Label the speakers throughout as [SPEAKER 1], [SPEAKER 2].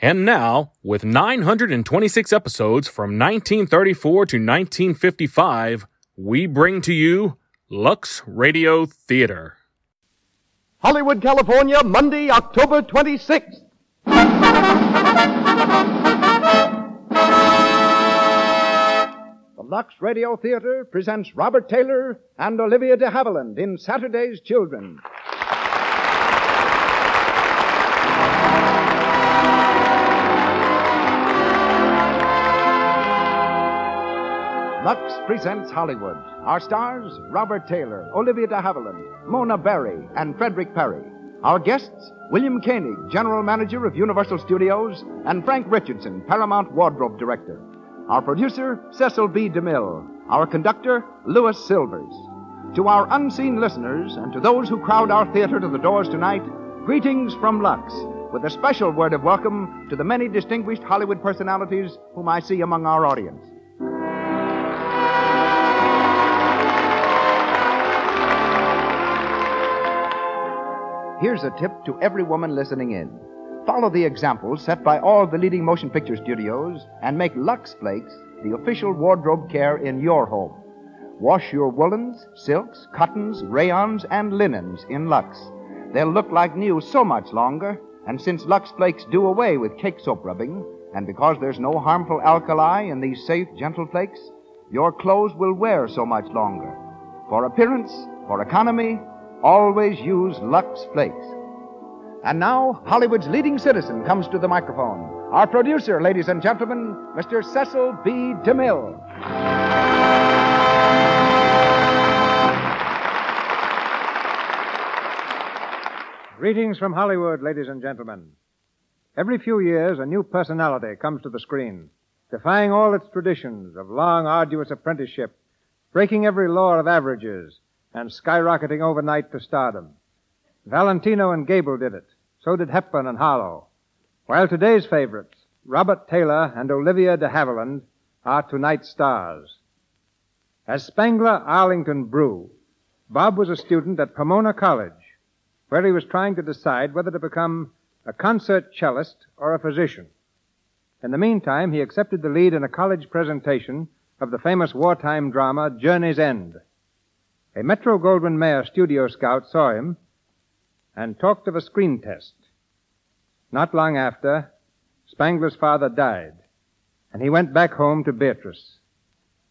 [SPEAKER 1] And now, with 926 episodes from 1934 to 1955, we bring to you Lux Radio Theater.
[SPEAKER 2] Hollywood, California, Monday, October 26th. The Lux Radio Theater presents Robert Taylor and Olivia de Havilland in Saturday's Children. Lux presents Hollywood. Our stars, Robert Taylor, Olivia de Havilland, Mona Berry, and Frederick Perry. Our guests, William Koenig, General Manager of Universal Studios, and Frank Richardson, Paramount Wardrobe Director. Our producer, Cecil B. DeMille. Our conductor, Louis Silvers. To our unseen listeners and to those who crowd our theater to the doors tonight, greetings from Lux, with a special word of welcome to the many distinguished Hollywood personalities whom I see among our audience. Here's a tip to every woman listening in. Follow the examples set by all the leading motion picture studios and make Lux Flakes the official wardrobe care in your home. Wash your woolens, silks, cottons, rayons, and linens in Lux. They'll look like new so much longer, and since Lux Flakes do away with cake soap rubbing, and because there's no harmful alkali in these safe, gentle flakes, your clothes will wear so much longer. For appearance, for economy, always use Lux Flakes. And now, Hollywood's leading citizen comes to the microphone. Our producer, ladies and gentlemen, Mr. Cecil B. DeMille.
[SPEAKER 3] Greetings from Hollywood, ladies and gentlemen. Every few years, a new personality comes to the screen, defying all its traditions of long, arduous apprenticeship, breaking every law of averages, and skyrocketing overnight to stardom. Valentino and Gable did it. So did Hepburn and Harlow. While today's favorites, Robert Taylor and Olivia de Havilland, are tonight's stars. As Spangler Arlington Brew, Bob was a student at Pomona College, where he was trying to decide whether to become a concert cellist or a physician. In the meantime, he accepted the lead in a college presentation of the famous wartime drama Journey's End. A Metro Goldwyn Mayer studio scout saw him and talked of a screen test. Not long after, Spangler's father died, and he went back home to Beatrice,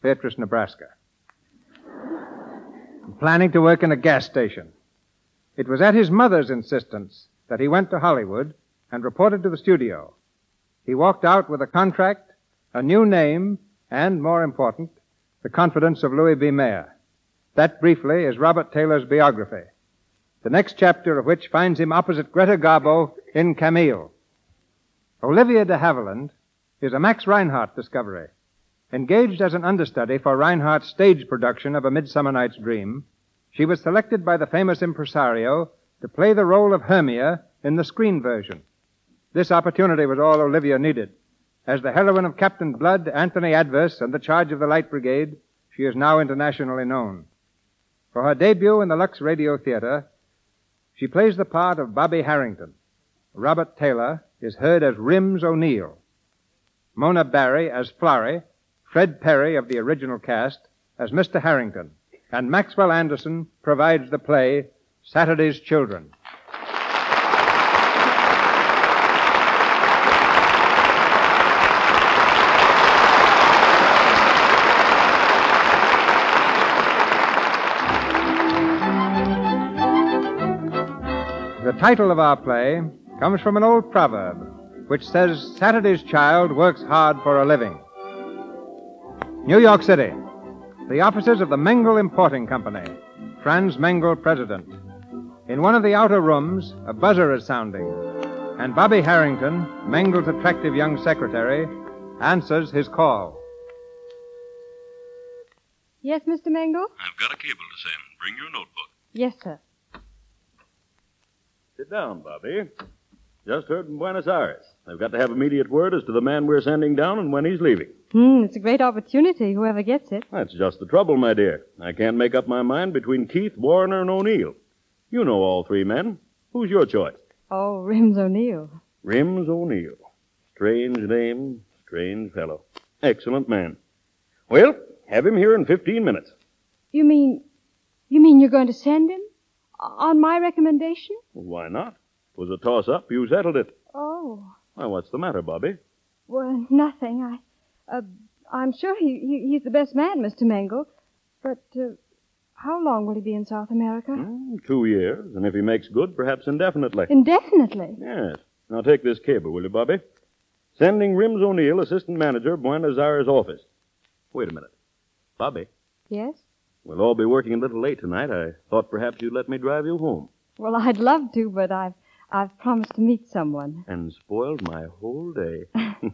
[SPEAKER 3] Beatrice, Nebraska, planning to work in a gas station. It was at his mother's insistence that he went to Hollywood and reported to the studio. He walked out with a contract, a new name, and, more important, the confidence of Louis B. Mayer. That, briefly, is Robert Taylor's biography, the next chapter of which finds him opposite Greta Garbo in Camille. Olivia de Havilland is a Max Reinhardt discovery. Engaged as an understudy for Reinhardt's stage production of A Midsummer Night's Dream, she was selected by the famous impresario to play the role of Hermia in the screen version. This opportunity was all Olivia needed. As the heroine of Captain Blood, Anthony Adverse, and the charge of the Light Brigade, she is now internationally known. For her debut in the Lux Radio Theater, she plays the part of Bobby Harrington. Robert Taylor is heard as Rims O'Neill. Mona Barry as Florrie, Fred Perry of the original cast as Mr. Harrington, and Maxwell Anderson provides the play Saturday's Children. The title of our play comes from an old proverb which says Saturday's child works hard for a living. New York City, the offices of the Mengel Importing Company, Franz Mengel president. In one of the outer rooms, a buzzer is sounding, and Bobby Harrington, Mengel's attractive young secretary, answers his call.
[SPEAKER 4] Yes, Mr. Mangle?
[SPEAKER 5] I've got a cable to send. Bring your notebook.
[SPEAKER 4] Yes, sir.
[SPEAKER 6] Sit down, Bobby. Just heard from Buenos Aires. They've got to have immediate word as to the man we're sending down and when he's leaving.
[SPEAKER 4] Hmm, it's a great opportunity, whoever gets it.
[SPEAKER 6] That's just the trouble, my dear. I can't make up my mind between Keith, Warner, and O'Neill. You know all three men. Who's your choice?
[SPEAKER 4] Oh, Rims O'Neill.
[SPEAKER 6] Rims O'Neill. Strange name, strange fellow. Excellent man. Well, have him here in 15 minutes.
[SPEAKER 4] You mean. You mean you're going to send him? O- On my recommendation?
[SPEAKER 6] Why not? It was a toss up. You settled it.
[SPEAKER 4] Oh,
[SPEAKER 6] Why, what's the matter, Bobby?
[SPEAKER 4] well, nothing. I. Uh, I'm sure he, he, he's the best man, Mr. Mangle. But uh, how long will he be in South America?
[SPEAKER 6] Two years, and if he makes good, perhaps indefinitely.
[SPEAKER 4] Indefinitely.
[SPEAKER 6] Yes. Now take this cable, will you, Bobby? Sending Rims O'Neill, assistant manager, Buenos Aires office. Wait a minute. Bobby,
[SPEAKER 4] Yes?
[SPEAKER 6] we'll all be working a little late tonight. I thought perhaps you'd let me drive you home.
[SPEAKER 4] Well, I'd love to, but I've, I've promised to meet someone.
[SPEAKER 6] And spoiled my whole day.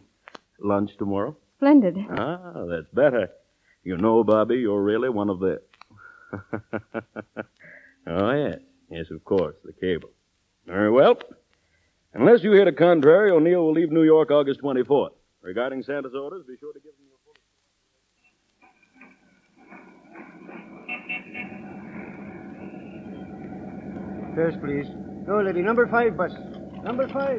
[SPEAKER 6] Lunch tomorrow?
[SPEAKER 4] Splendid.
[SPEAKER 6] Ah, that's better. You know, Bobby, you're really one of the. oh, yes. Yes, of course, the cable. Very well. Unless you hear the contrary, O'Neill will leave New York August 24th. Regarding Santa's orders, be sure to give them your full.
[SPEAKER 7] First, please. No, lady. Number five bus. Number five.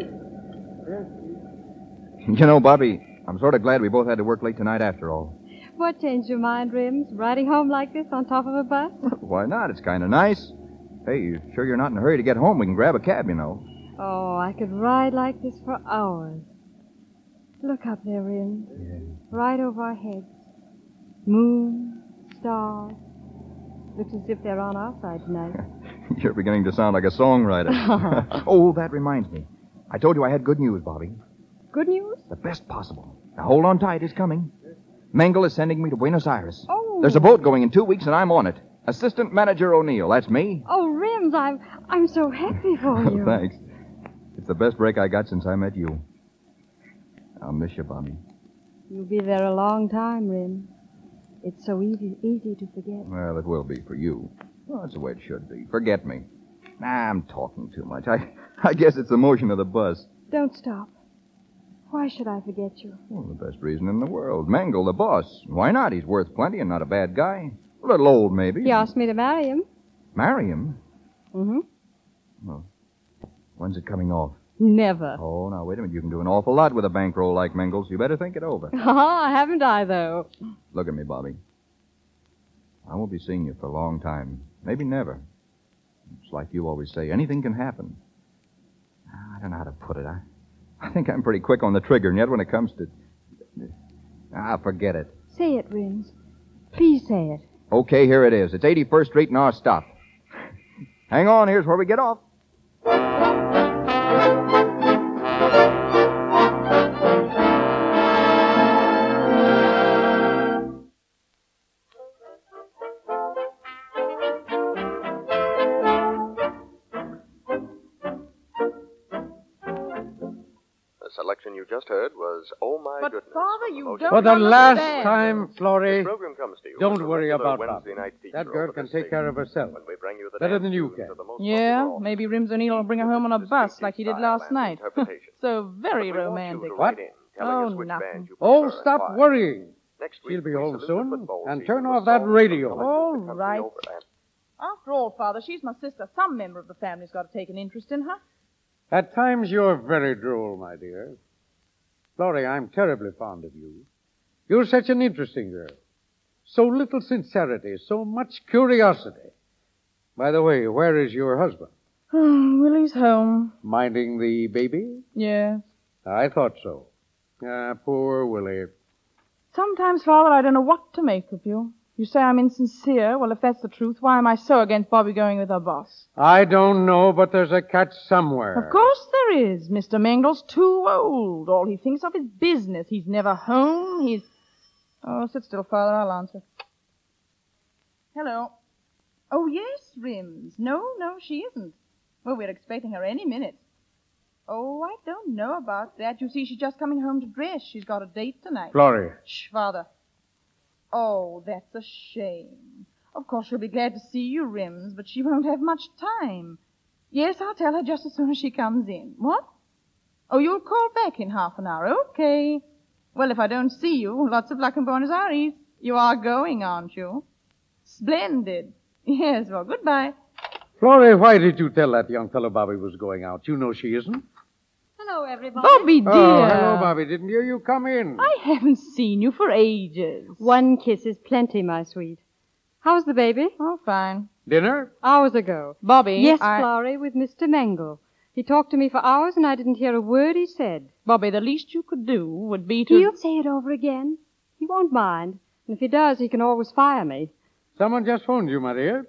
[SPEAKER 7] Yes,
[SPEAKER 8] You know, Bobby, I'm sort of glad we both had to work late tonight after all.
[SPEAKER 4] What changed your mind, Rims? Riding home like this on top of a bus?
[SPEAKER 8] Why not? It's kind of nice. Hey, you sure you're not in a hurry to get home? We can grab a cab, you know.
[SPEAKER 4] Oh, I could ride like this for hours. Look up there, Rims. Right over our heads. Moon, stars. Looks as if they're on our side tonight.
[SPEAKER 8] You're beginning to sound like a songwriter. oh, that reminds me. I told you I had good news, Bobby.
[SPEAKER 4] Good news?
[SPEAKER 8] The best possible. Now hold on tight, it's coming. Mangle is sending me to Buenos Aires.
[SPEAKER 4] Oh.
[SPEAKER 8] There's a boat going in two weeks, and I'm on it. Assistant Manager O'Neill, that's me.
[SPEAKER 4] Oh, Rims, I'm I'm so happy for you.
[SPEAKER 8] Thanks. It's the best break I got since I met you. I'll miss you, Bobby.
[SPEAKER 4] You'll be there a long time, Rims. It's so easy easy to forget.
[SPEAKER 8] Well, it will be for you. Well, that's the way it should be. Forget me. Nah, I'm talking too much. I, I guess it's the motion of the bus.
[SPEAKER 4] Don't stop. Why should I forget you?
[SPEAKER 8] Well, the best reason in the world. Mangle, the boss. Why not? He's worth plenty and not a bad guy. A little old, maybe.
[SPEAKER 4] He asked me to marry him.
[SPEAKER 8] Marry him?
[SPEAKER 4] Mm-hmm.
[SPEAKER 8] When's it coming off?
[SPEAKER 4] Never.
[SPEAKER 8] Oh, now, wait a minute. You can do an awful lot with a bankroll like Mangle's. You better think it over.
[SPEAKER 4] Ah, haven't I, though?
[SPEAKER 8] Look at me, Bobby. I won't be seeing you for a long time. Maybe never. It's like you always say, anything can happen. Ah, I don't know how to put it. I, I think I'm pretty quick on the trigger, and yet when it comes to. Ah, forget it.
[SPEAKER 4] Say it, Rims. Please say it.
[SPEAKER 8] Okay, here it is. It's 81st Street and our stop. Hang on, here's where we get off.
[SPEAKER 9] The selection you just heard was Oh My
[SPEAKER 10] But,
[SPEAKER 9] Goodness.
[SPEAKER 10] Father, you
[SPEAKER 9] Emotion.
[SPEAKER 10] don't
[SPEAKER 11] For the last
[SPEAKER 10] understand.
[SPEAKER 11] time,
[SPEAKER 9] This
[SPEAKER 11] Florrie,
[SPEAKER 9] program comes to you
[SPEAKER 11] don't
[SPEAKER 9] as a
[SPEAKER 11] worry
[SPEAKER 9] regular
[SPEAKER 11] about Bobby.
[SPEAKER 9] Wednesday night feature
[SPEAKER 11] That girl
[SPEAKER 9] over
[SPEAKER 11] can
[SPEAKER 9] this
[SPEAKER 11] take care of herself.
[SPEAKER 9] When we bring you the
[SPEAKER 11] Better
[SPEAKER 9] dance
[SPEAKER 11] than you
[SPEAKER 9] tunes
[SPEAKER 11] can.
[SPEAKER 9] of the most
[SPEAKER 10] Yeah,
[SPEAKER 9] popular
[SPEAKER 10] maybe Rims O'Neill will bring her home on a bus like he did last
[SPEAKER 9] style and
[SPEAKER 10] night.
[SPEAKER 9] interpretation.
[SPEAKER 10] so very
[SPEAKER 9] We want you
[SPEAKER 10] romantic.
[SPEAKER 9] to
[SPEAKER 11] What?
[SPEAKER 9] write in, telling
[SPEAKER 10] Oh,
[SPEAKER 9] us which
[SPEAKER 10] nothing.
[SPEAKER 9] band you
[SPEAKER 11] Oh,
[SPEAKER 9] prefer and
[SPEAKER 11] stop
[SPEAKER 9] why.
[SPEAKER 11] worrying.
[SPEAKER 9] Next week,
[SPEAKER 11] She'll be
[SPEAKER 9] we
[SPEAKER 11] home
[SPEAKER 9] solicit
[SPEAKER 11] soon.
[SPEAKER 9] football
[SPEAKER 11] And
[SPEAKER 9] season
[SPEAKER 11] turn
[SPEAKER 9] with
[SPEAKER 11] off that
[SPEAKER 9] songs from
[SPEAKER 11] radio.
[SPEAKER 9] collected
[SPEAKER 10] All
[SPEAKER 9] the country
[SPEAKER 10] right.
[SPEAKER 9] over and-
[SPEAKER 10] After all, Father, she's my sister. Some member of the family's got to take an interest in her.
[SPEAKER 11] At times you're very droll, my dear. Florrie, I'm terribly fond of you. You're such an interesting girl. So little sincerity, so much curiosity. By the way, where is your husband?
[SPEAKER 10] Oh, Willie's home.
[SPEAKER 11] Minding the baby?
[SPEAKER 10] Yeah.
[SPEAKER 11] I thought so. Ah, poor Willie.
[SPEAKER 10] Sometimes, Father, I don't know what to make of you. You say I'm insincere. Well, if that's the truth, why am I so against Bobby going with her boss?
[SPEAKER 11] I don't know, but there's a catch somewhere.
[SPEAKER 10] Of course there is. Mr. Mangle's too old. All he thinks of is business. He's never home. He's. Oh, sit still, Father. I'll answer. Hello. Oh, yes, Rims. No, no, she isn't. Well, we're expecting her any minute. Oh, I don't know about that. You see, she's just coming home to dress. She's got a date tonight.
[SPEAKER 11] Florrie,
[SPEAKER 10] Shh, Father. Oh, that's a shame. Of course, she'll be glad to see you, Rims, but she won't have much time. Yes, I'll tell her just as soon as she comes in. What? Oh, you'll call back in half an hour. Okay. Well, if I don't see you, lots of luck in Buenos Aires. You are going, aren't you? Splendid. Yes, well, goodbye.
[SPEAKER 12] Florrie, why did you tell that young fellow Bobby was going out? You know she isn't.
[SPEAKER 4] Hello, everybody.
[SPEAKER 10] Bobby, dear.
[SPEAKER 12] Oh, hello, Bobby. Didn't hear you come in.
[SPEAKER 10] I haven't seen you for ages.
[SPEAKER 4] One kiss is plenty, my sweet. How's the baby?
[SPEAKER 10] Oh, fine.
[SPEAKER 12] Dinner?
[SPEAKER 4] Hours ago.
[SPEAKER 10] Bobby,
[SPEAKER 4] Yes,
[SPEAKER 10] I-
[SPEAKER 4] Florrie, with Mr. Mangle. He talked to me for hours and I didn't hear a word he said.
[SPEAKER 10] Bobby, the least you could do would be to.
[SPEAKER 4] He'll say it over again. He won't mind. And if he does, he can always fire me.
[SPEAKER 12] Someone just phoned you, my dear.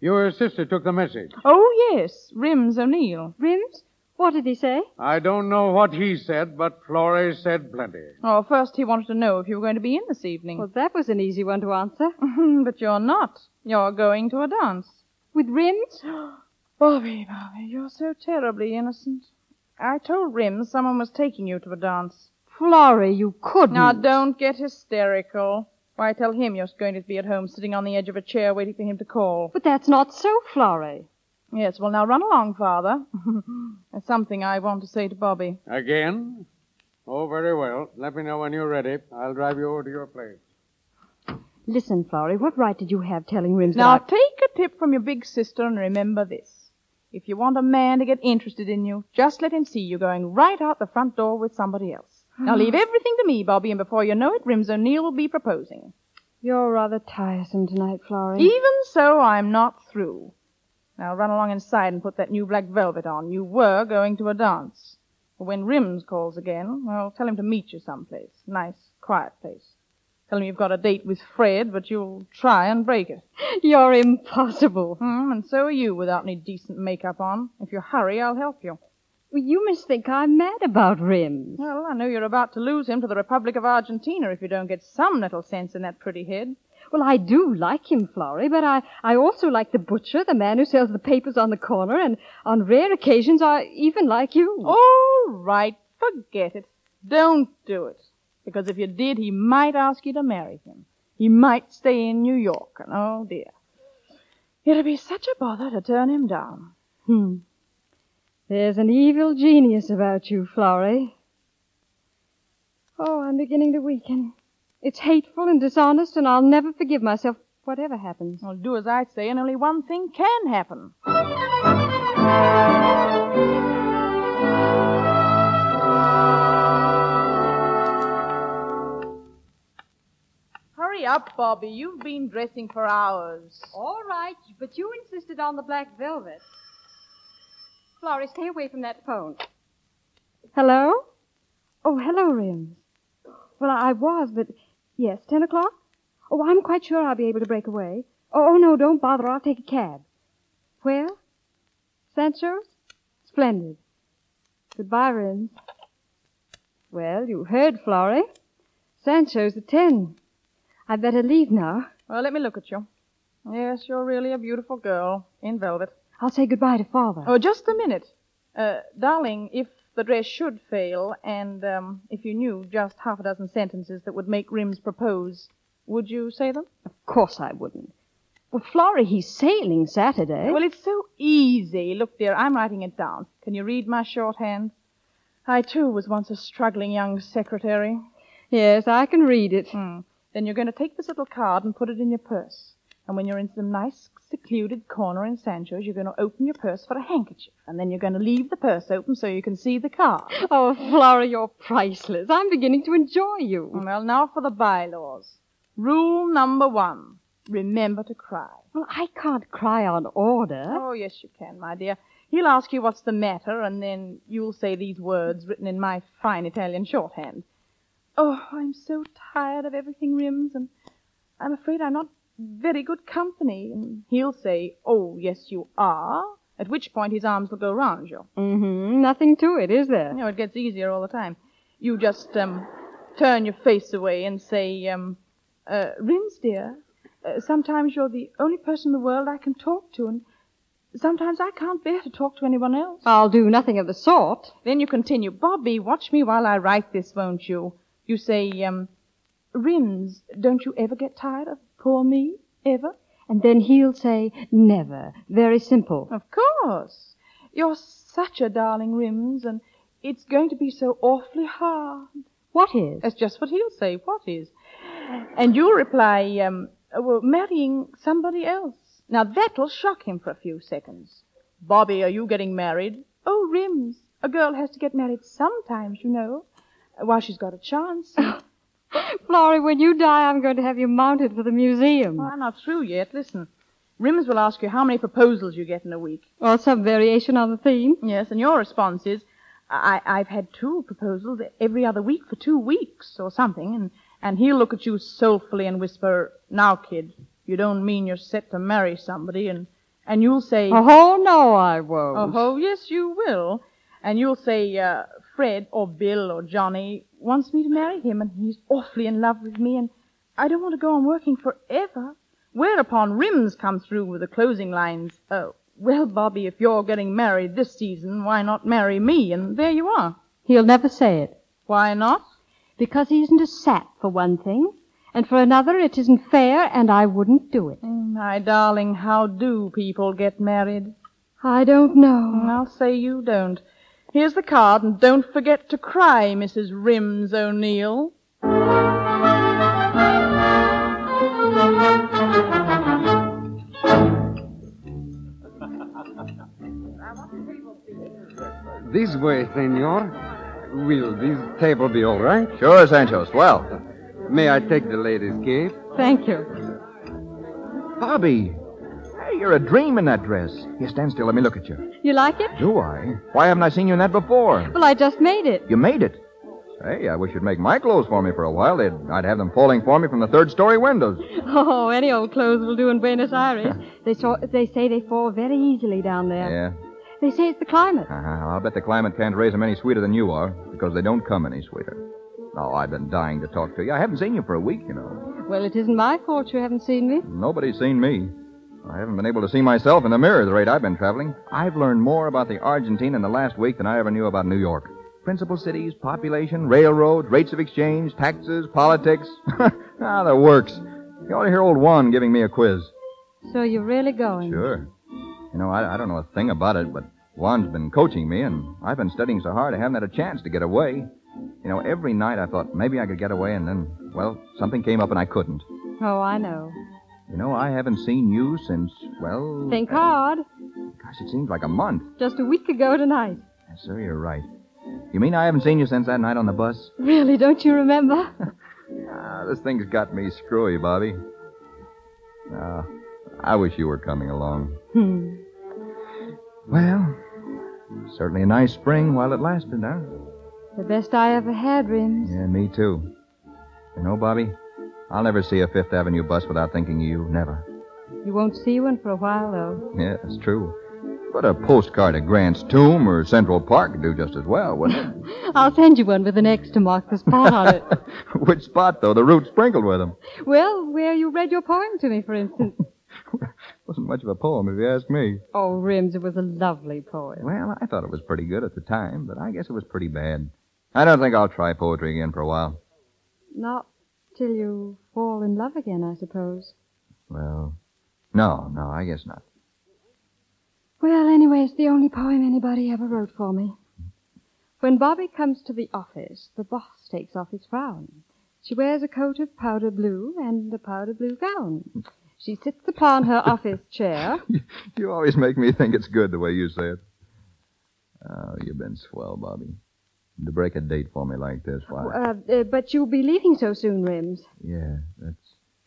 [SPEAKER 12] Your sister took the message.
[SPEAKER 10] Oh, yes. Rims O'Neill.
[SPEAKER 4] Rims? What did he say?
[SPEAKER 12] I don't know what he said, but Florrie said plenty.
[SPEAKER 10] Oh, first he wanted to know if you were going to be in this evening. Hmm,
[SPEAKER 4] Well, that was an easy one to answer.
[SPEAKER 10] but you're not. You're going to a dance.
[SPEAKER 4] With Rims?
[SPEAKER 10] Bobby, Bobby, you're so terribly innocent. I told Rims someone was taking you to a dance.
[SPEAKER 4] Florrie, you couldn't.
[SPEAKER 10] Now, don't get hysterical. Why, tell him you're going to be at home sitting on the edge of a chair waiting for him to call.
[SPEAKER 4] But that's not so, Florrie.
[SPEAKER 10] Yes, well, now run along, Father. There's something I want to say to Bobby.
[SPEAKER 12] Again? Oh, very well. Let me know when you're ready. I'll drive you over to your place.
[SPEAKER 4] Listen, Florrie, what right did you have telling Rims
[SPEAKER 10] Now,
[SPEAKER 4] that I-
[SPEAKER 10] take a tip from your big sister and remember this. If you want a man to get interested in you, just let him see you going right out the front door with somebody else. Now, leave everything to me, Bobby, and before you know it, Rims O'Neill will be proposing.
[SPEAKER 4] You're rather tiresome tonight, Florrie.
[SPEAKER 10] Even so, I'm not through. Now, run along inside and put that new black velvet on. You were going to a dance. When Rims calls again, well, tell him to meet you someplace. Nice, quiet place. Tell him you've got a date with Fred, but you'll try and break it.
[SPEAKER 4] You're impossible.
[SPEAKER 10] Hmm, and so are you without any decent makeup on. If you hurry, I'll help you.
[SPEAKER 4] Well, you must think I'm mad about Rims.
[SPEAKER 10] Well, I know you're about to lose him to the Republic of Argentina if you don't get some little sense in that pretty head.
[SPEAKER 4] Well, I do like him, Florrie, but I, I also like the butcher, the man who sells the papers on the corner, and on rare occasions I even like you.
[SPEAKER 10] All right, forget it. Don't do it. Because if you did, he might ask you to marry him. He might stay in New York, and oh dear. It'll be such a bother to turn him down.
[SPEAKER 4] Hmm. There's an evil genius about you, Florrie. Oh, I'm beginning to weaken. It's hateful and dishonest, and I'll never forgive myself, whatever happens.
[SPEAKER 10] Well, do as I say, and only one thing can happen. Hurry up, Bobby. You've been dressing for hours.
[SPEAKER 4] All right, but you insisted on the black velvet. Florrie, stay away from that phone. Hello? Oh, hello, Rims. Well, I was, but yes, ten o'clock? Oh, I'm quite sure I'll be able to break away. Oh, oh no, don't bother. I'll take a cab. Where? Sancho's? Splendid. Goodbye, Rims. Well, you heard, Florrie. Sancho's at ten. I'd better leave now.
[SPEAKER 10] Well, let me look at you. Yes, you're really a beautiful girl in velvet.
[SPEAKER 4] I'll say goodbye to Father.
[SPEAKER 10] Oh, just a minute. Uh, darling, if the dress should fail, and um, if you knew just half a dozen sentences that would make Rims propose, would you say them?
[SPEAKER 4] Of course I wouldn't. Eh? Well, Florrie, he's sailing Saturday.
[SPEAKER 10] Well, it's so easy. Look, dear, I'm writing it down. Can you read my shorthand? I, too, was once a struggling young secretary.
[SPEAKER 4] yes, I can read it.
[SPEAKER 10] Hmm. Then you're going to take this little card and put it in your purse. And when you're in some nice, secluded corner in Sancho's, you're going to open your purse for a handkerchief. And then you're going to leave the purse open so you can see the card.
[SPEAKER 4] Oh, Florrie, you're priceless. I'm beginning to enjoy you.
[SPEAKER 10] Well, now for the bylaws. Rule number one remember to cry.
[SPEAKER 4] Well, I can't cry on order.
[SPEAKER 10] Oh, yes, you can, my dear. He'll ask you what's the matter, and then you'll say these words written in my fine Italian shorthand. Oh, I'm so tired of everything, Rims, and I'm afraid I'm not very good company. And he'll say, Oh, yes, you are, at which point his arms will go round you.
[SPEAKER 4] Mm-hmm. Nothing to it, is there?
[SPEAKER 10] You know, it gets easier all the time. You just um, turn your face away and say, um, uh, Rims, dear, uh, sometimes you're the only person in the world I can talk to, and sometimes I can't bear to talk to anyone else.
[SPEAKER 4] I'll do nothing of the sort.
[SPEAKER 10] Then you continue, Bobby, watch me while I write this, won't you? You say, um, Rims, don't you ever get tired of poor me? Ever?
[SPEAKER 4] And then he'll say, never. Very simple.
[SPEAKER 10] Of course. You're such a darling, Rims, and it's going to be so awfully hard.
[SPEAKER 4] What is?
[SPEAKER 10] That's just what he'll say. What is? And you'll reply, um, uh, well, marrying somebody else. Now that'll shock him for a few seconds. Bobby, are you getting married? Oh, Rims, a girl has to get married sometimes, you know, while she's got a chance.
[SPEAKER 4] Florrie, when you die, I'm going to have you mounted for the museum.
[SPEAKER 10] Well, I'm not through yet. Listen, Rims will ask you how many proposals you get in a week.
[SPEAKER 4] Or some variation on the theme.
[SPEAKER 10] Yes, and your response is, I, I've had two proposals every other week for two weeks or something, and, and he'll look at you soulfully and whisper, Now, kid, you don't mean you're set to marry somebody, and, and you'll say,
[SPEAKER 4] Oh, no, I won't.
[SPEAKER 10] Oh, yes, you will. And you'll say, uh, Fred or Bill or Johnny wants me to marry him, and he's awfully in love with me, and I don't want to go on working forever. Whereupon Rims comes through with the closing lines, oh, well, Bobby, if you're getting married this season, why not marry me? And there you are.
[SPEAKER 4] He'll never say it.
[SPEAKER 10] Why not?
[SPEAKER 4] Because he isn't a sap, for one thing. And for another, it isn't fair, and I wouldn't do it.
[SPEAKER 10] My darling, how do people get married? Mm,
[SPEAKER 4] I don't know.
[SPEAKER 10] I'll say you don't. Here's the card, and don't forget to cry, Mrs. Rims O'Neill. Oh,
[SPEAKER 13] This way, senor. Will this table be all right?
[SPEAKER 8] Sure, Sancho's. Well,
[SPEAKER 13] May I take the ladies' gift?
[SPEAKER 4] Thank you.
[SPEAKER 8] Bobby, hey, you're a dream in that dress. Here, stand still. Let me look at you.
[SPEAKER 4] You like it?
[SPEAKER 8] Do I? Why haven't I seen you in that before?
[SPEAKER 4] Well, I just made it.
[SPEAKER 8] You made it. Hey, I wish you'd make my clothes for me for a while. They'd, I'd have them falling for me from the third story windows.
[SPEAKER 4] Oh, any old clothes will do in Buenos Aires. they, saw, they say they fall very easily down there.
[SPEAKER 8] Yeah.
[SPEAKER 4] They say it's the climate.
[SPEAKER 8] Uh-huh. I'll bet the climate can't raise them any sweeter than you are, because they don't come any sweeter. Oh, I've been dying to talk to you. I haven't seen you for a week, you know.
[SPEAKER 4] Well, it isn't my fault you haven't seen me.
[SPEAKER 8] Nobody's seen me. I haven't been able to see myself in the mirror the rate I've been traveling. I've learned more about the Argentine in the last week than I ever knew about New York. Principal cities, population, railroad, rates of exchange, taxes, politics. ah, the works. You ought to hear old Juan giving me a quiz.
[SPEAKER 4] So you're really going.
[SPEAKER 8] Sure. You know, I, I don't know a thing about it, but Juan's been coaching me, and I've been studying so hard I haven't had a chance to get away. You know, every night I thought maybe I could get away, and then, well, something came up and I couldn't.
[SPEAKER 4] Oh, I know.
[SPEAKER 8] You know, I haven't seen you since, well.
[SPEAKER 4] Think
[SPEAKER 8] uh,
[SPEAKER 4] hard.
[SPEAKER 8] Gosh, it seems like a month.
[SPEAKER 4] Just a week ago tonight.
[SPEAKER 8] Yes, sir, you're right. You mean I haven't seen you since that night on the bus?
[SPEAKER 4] Really, don't you remember?
[SPEAKER 8] Ah, this thing's got me screwy, Bobby. Ah, I wish you were coming along.
[SPEAKER 4] Hmm.
[SPEAKER 8] Well, certainly a nice spring while it lasted, huh?
[SPEAKER 4] The best I ever had, Rims.
[SPEAKER 8] Yeah, me too. You know, Bobby, I'll never see a Fifth Avenue bus without thinking of you. Never.
[SPEAKER 4] You won't see one for a while, though.
[SPEAKER 8] Yeah, it's true. But a postcard at Grant's Tomb or Central Park would do just as well, wouldn't
[SPEAKER 4] I'll send you one with an X to mark the spot on it.
[SPEAKER 8] it? Which spot, though? The route sprinkled with them.
[SPEAKER 4] Well, where you read your poem to me, for instance.
[SPEAKER 8] Wasn't much of a poem, if you ask me.
[SPEAKER 4] Oh, Rims, it was a lovely poem.
[SPEAKER 8] Well, I thought it was pretty good at the time, but I guess it was pretty bad. I don't think I'll try poetry again for a while.
[SPEAKER 4] Not till you fall in love again, I suppose.
[SPEAKER 8] Well, no, no, I guess not.
[SPEAKER 4] Well, anyway, it's the only poem anybody ever wrote for me. When Bobby comes to the office, the boss takes off his frown. She wears a coat of powder blue and a powder blue gown. She sits upon her office chair.
[SPEAKER 8] You always make me think it's good the way you say it. Oh, you've been swell, Bobby. To break a date for me like this, why?
[SPEAKER 4] Uh, uh, but you'll be leaving so soon, Rims.
[SPEAKER 8] yeah, that's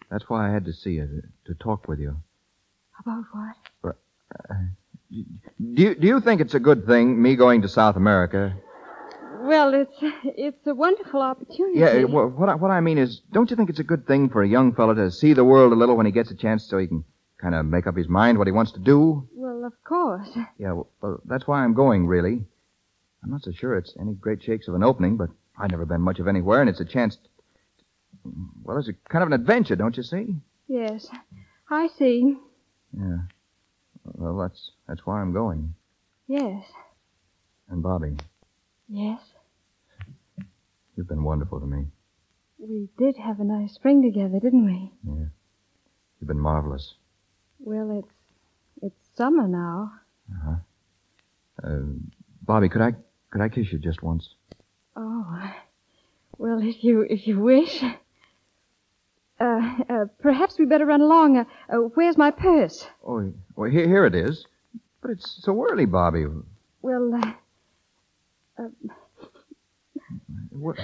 [SPEAKER 8] that's why I had to see you to, to talk with you.
[SPEAKER 4] About what?
[SPEAKER 8] Do you, do you think it's a good thing me going to South America?
[SPEAKER 4] Well, it's it's a wonderful opportunity.
[SPEAKER 8] Yeah, wha- what I, what I mean is, don't you think it's a good thing for a young fellow to see the world a little when he gets a chance, so he can kind of make up his mind what he wants to do?
[SPEAKER 4] Well, of course.
[SPEAKER 8] Yeah, well, well, that's why I'm going, really. I'm not so sure it's any great shakes of an opening, but I've never been much of anywhere, and it's a chance. t- well, it's a kind of an adventure, don't you see?
[SPEAKER 4] Yes, I see.
[SPEAKER 8] Yeah. Well, that's that's why I'm going.
[SPEAKER 4] Yes,
[SPEAKER 8] And Bobby,
[SPEAKER 4] yes.
[SPEAKER 8] you've been wonderful to me.
[SPEAKER 4] We did have a nice spring together, didn't we?
[SPEAKER 8] You've been marvelous.
[SPEAKER 4] Well, it's it's summer now.
[SPEAKER 8] Uh-huh. Uh, Bobby, could I could I kiss you just once?
[SPEAKER 4] Oh, well, if you if you wish. Uh, uh, perhaps we better run along. Uh, uh, where's my purse?
[SPEAKER 8] Oh, well, here, here it is. But it's so early, Bobby.
[SPEAKER 4] Well, uh, uh,
[SPEAKER 8] What?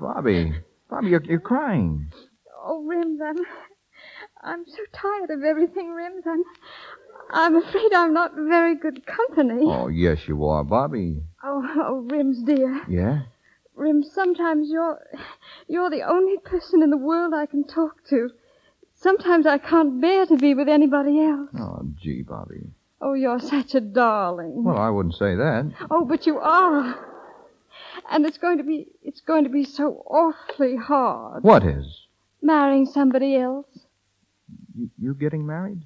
[SPEAKER 8] Bobby, Bobby, you're, you're crying.
[SPEAKER 4] oh, Rims, I'm I'm so tired of everything, Rims. I'm I'm afraid I'm not very good company.
[SPEAKER 8] Oh, yes, you are, Bobby.
[SPEAKER 4] oh, oh, Rims, dear,
[SPEAKER 8] Yeah?
[SPEAKER 4] Rims. Sometimes you're you're the only person in the world I can talk to. Sometimes I can't bear to be with anybody else.
[SPEAKER 8] Oh, gee, Bobby.
[SPEAKER 4] Oh, you're such a darling.
[SPEAKER 8] Well, I wouldn't say that.
[SPEAKER 4] Oh, but you are. And it's going to be it's going to be so awfully hard
[SPEAKER 8] What is?
[SPEAKER 4] marrying somebody else.
[SPEAKER 8] You, you getting married?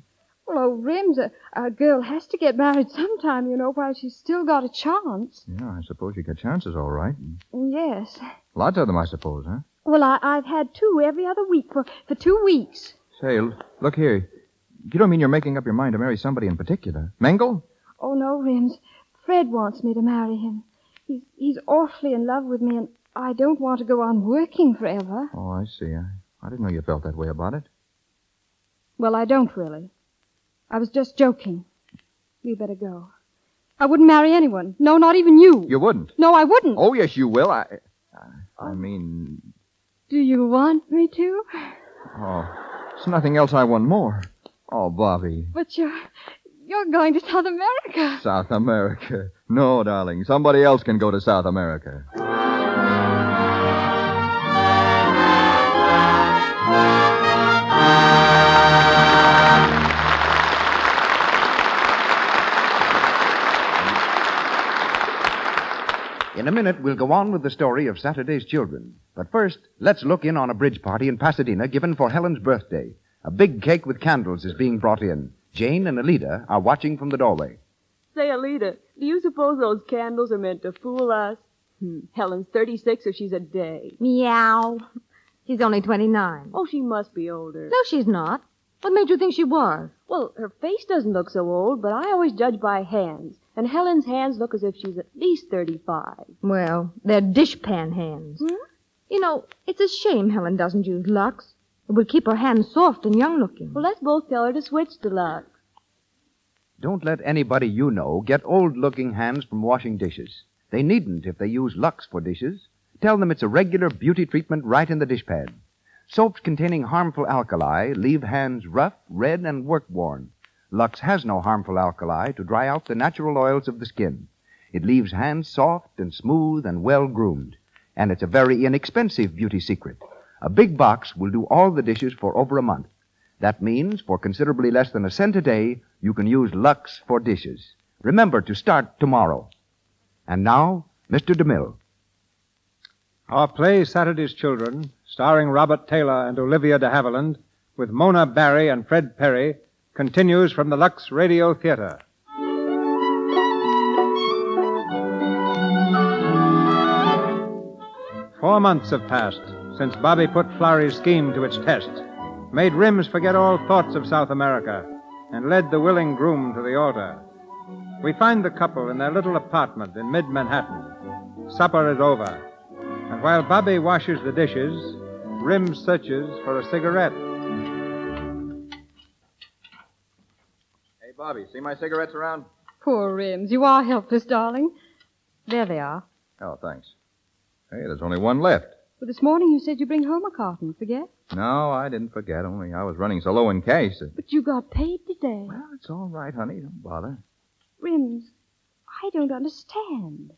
[SPEAKER 4] Well, oh, Rims, a, a girl has to get married sometime, you know, while she's still got a chance.
[SPEAKER 8] Yeah, I suppose you get chances, all right.
[SPEAKER 4] Yes.
[SPEAKER 8] Lots of them, I suppose, huh?
[SPEAKER 4] Well, I, I've had two every other week for, for two weeks.
[SPEAKER 8] Say, l- look here. You don't mean you're making up your mind to marry somebody in particular? Mangle?
[SPEAKER 4] Oh no, Rims, Fred wants me to marry him. He's he's awfully in love with me, and I don't want to go on working forever.
[SPEAKER 8] Oh, I see. I, I didn't know you felt that way about it.
[SPEAKER 4] Well, I don't really. I was just joking. You better go. I wouldn't marry anyone. No, not even you.
[SPEAKER 8] You wouldn't.
[SPEAKER 4] No, I wouldn't.
[SPEAKER 8] Oh, yes, you will. I, I, I mean,
[SPEAKER 4] Do you want me to?
[SPEAKER 8] oh, it's nothing else I want more. Oh, Bobby,
[SPEAKER 4] But you're you're going to South America.
[SPEAKER 8] South America. No, darling, somebody else can go to South America.
[SPEAKER 2] In a minute, we'll go on with the story of Saturday's Children. But first, let's look in on a bridge party in Pasadena given for Helen's birthday. A big cake with candles is being brought in. Jane and Alida are watching from the doorway.
[SPEAKER 14] Say, Alita, do you suppose those candles are meant to fool us? Hmm. Helen's 36 or she's a day.
[SPEAKER 15] Meow. She's only 29.
[SPEAKER 14] Oh, she must be older.
[SPEAKER 15] No, she's not. What made you think she was?
[SPEAKER 14] Well, her face doesn't look so old, but I always judge by hands. And Helen's hands look as if she's at least 35.
[SPEAKER 15] Well, they're dishpan hands.
[SPEAKER 4] Hmm?
[SPEAKER 15] You know, it's a shame Helen doesn't use Lux. It would keep her hands soft and young looking.
[SPEAKER 14] Well, let's both tell her to switch to Lux.
[SPEAKER 2] Don't let anybody you know get old looking hands from washing dishes. They needn't if they use Lux for dishes. Tell them it's a regular beauty treatment right in the dishpan. Soaps containing harmful alkali leave hands rough, red, and work worn. Lux has no harmful alkali to dry out the natural oils of the skin. It leaves hands soft and smooth and well groomed. And it's a very inexpensive beauty secret. A big box will do all the dishes for over a month. That means for considerably less than a cent a day, you can use Lux for dishes. Remember to start tomorrow. And now, Mr. DeMille.
[SPEAKER 3] Our play Saturday's Children, starring Robert Taylor and Olivia de Havilland, with Mona Barry and Fred Perry, continues from the Lux Radio Theater. Four months have passed since Bobby put Florrie's scheme to its test, made Rims forget all thoughts of South America, and led the willing groom to the altar. We find the couple in their little apartment in mid Manhattan. Supper is over. And while Bobby washes the dishes, Rim searches for a cigarette.
[SPEAKER 8] Hey, Bobby, see my cigarettes around?
[SPEAKER 4] Poor Rims, you are helpless, darling. There they are.
[SPEAKER 8] Oh, thanks. Hey, there's only one left.
[SPEAKER 4] Well, this morning you said you bring home a carton. Forget?
[SPEAKER 8] No, I didn't forget, only I was running so low in cash. that-
[SPEAKER 4] But you got paid today.
[SPEAKER 8] Well, it's all right, honey. Don't bother.
[SPEAKER 4] Rims, I don't understand.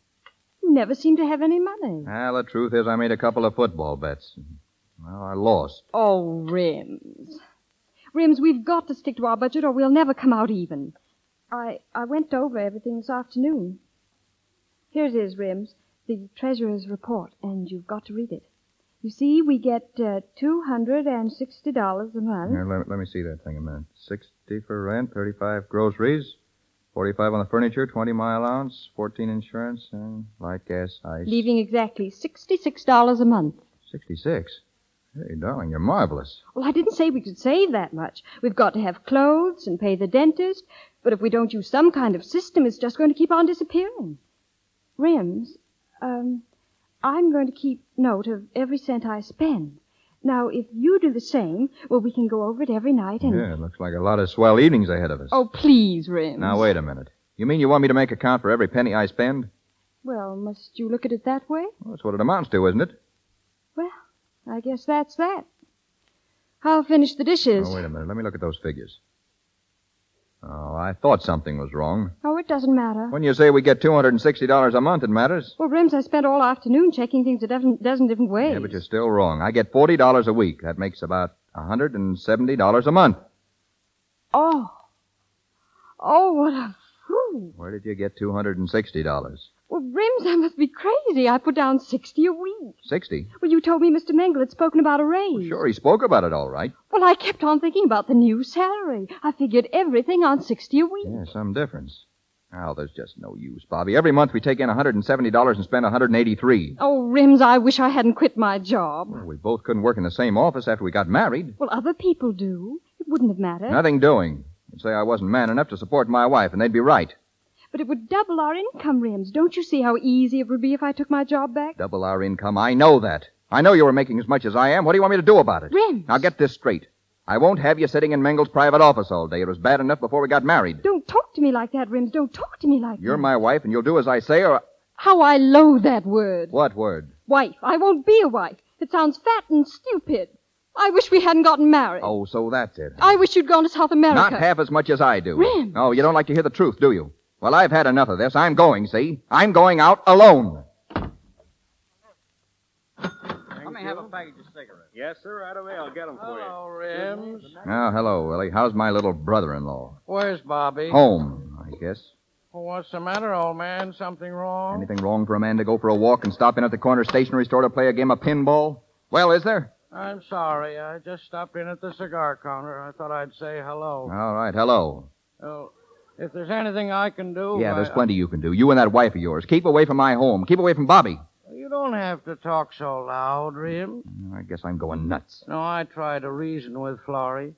[SPEAKER 4] You never seem to have any money.
[SPEAKER 8] Ah, the truth is, I made a couple of football bets. Well, I lost.
[SPEAKER 4] Oh, Rims. Rims, we've got to stick to our budget or we'll never come out even. I, I went over everything this afternoon. Here it is, Rims, the treasurer's report, and you've got to read it. You see, we get uh, $260 a month.
[SPEAKER 8] Here, let, let me see that thing a minute. 60 for rent, 35 groceries, 45 on the furniture, 20 my allowance, 14 insurance, and light gas, ice.
[SPEAKER 4] leaving exactly $66 a month.
[SPEAKER 8] 66. Hey, darling, you're marvelous.
[SPEAKER 4] Well, I didn't say we could save that much. We've got to have clothes and pay the dentist, but if we don't use some kind of system, it's just going to keep on disappearing. Rims, um, I'm going to keep note of every cent I spend. Now, if you do the same, well, we can go over it every night and.
[SPEAKER 8] Yeah, it looks like a lot of swell evenings ahead of us.
[SPEAKER 4] Oh, please, Rims.
[SPEAKER 8] Now, wait a minute. You mean you want me to make account for every penny I spend?
[SPEAKER 4] Well, must you look at it that way?
[SPEAKER 8] Well, that's what it amounts to, isn't it?
[SPEAKER 4] Well, I guess that's that. I'll finish the dishes.
[SPEAKER 8] Oh, wait a minute. Let me look at those figures. Oh, I thought something was wrong.
[SPEAKER 4] Oh, it doesn't matter.
[SPEAKER 8] When you say we get $260 a month, it matters.
[SPEAKER 4] Well, Rims, I spent all afternoon checking things a dozen, dozen different ways.
[SPEAKER 8] Yeah, but you're still wrong. I get $40 a week. That makes about $170 a month.
[SPEAKER 4] Oh. Oh, what a fool.
[SPEAKER 8] Where did you get $260?
[SPEAKER 4] Well, Rims, I must be crazy. I put down 60 a week.
[SPEAKER 8] 60
[SPEAKER 4] Well, you told me Mr. Mengel had spoken about a raise.
[SPEAKER 8] Sure, he spoke about it all right.
[SPEAKER 4] Well, I kept on thinking about the new salary. I figured everything on 60 a week.
[SPEAKER 8] Yeah, some difference. Oh, there's just no use, Bobby. Every month we take in $170 and spend $183.
[SPEAKER 4] Oh, Rims, I wish I hadn't quit my job.
[SPEAKER 8] We both couldn't work in the same office after we got married.
[SPEAKER 4] Well, other people do. It wouldn't have mattered.
[SPEAKER 8] Nothing doing. You'd say I wasn't man enough to support my wife, and they'd be right.
[SPEAKER 4] But it would double our income, Rims. Don't you see how easy it would be if I took my job back?
[SPEAKER 8] Double our income. I know that. I know you were making as much as I am. What do you want me to do about it?
[SPEAKER 4] Rims,
[SPEAKER 8] Now get this straight. I won't have you sitting in Mengel's private office all day. It was bad enough before we got married.
[SPEAKER 4] don't talk to me like that, Rims. Don't talk to me like
[SPEAKER 8] You're
[SPEAKER 4] that.
[SPEAKER 8] my wife, and you'll do as I say, or
[SPEAKER 4] How I loathe that word.
[SPEAKER 8] what word?
[SPEAKER 4] Wife. I won't be a wife. It sounds fat and stupid. I wish we hadn't gotten married.
[SPEAKER 8] Oh, so that's it.
[SPEAKER 4] I wish you'd gone to South America.
[SPEAKER 8] Not half as much as I do.
[SPEAKER 4] Rims.
[SPEAKER 8] Oh, you don't like to hear the truth, do you? Well, I've had enough of this. I'm going, see? I'm going out alone.
[SPEAKER 16] Let me have a package of cigarettes.
[SPEAKER 6] Yes, sir. Right away. I'll get them for you.
[SPEAKER 16] Hello, Rims.
[SPEAKER 8] Now, hello, Willie. How's my little brother-in-law?
[SPEAKER 12] Where's Bobby?
[SPEAKER 8] Home, I guess.
[SPEAKER 12] Oh, what's the matter, old man? Something wrong?
[SPEAKER 8] Anything wrong for a man to go for a walk and stop in at the corner stationery store to play a game of pinball? Well, is there?
[SPEAKER 12] I'm sorry. I just stopped in at the cigar counter. I thought I'd say hello.
[SPEAKER 8] All right, hello.
[SPEAKER 12] Oh, if there's anything I can do.
[SPEAKER 8] yeah, there's
[SPEAKER 12] Oh, I- uh,
[SPEAKER 8] plenty you can do. You and that wife of yours. Keep away from my home. Keep away from Bobby.
[SPEAKER 12] You don't have to talk so loud, Rim.
[SPEAKER 8] I guess I'm going nuts.
[SPEAKER 12] No, I try to reason with Florrie.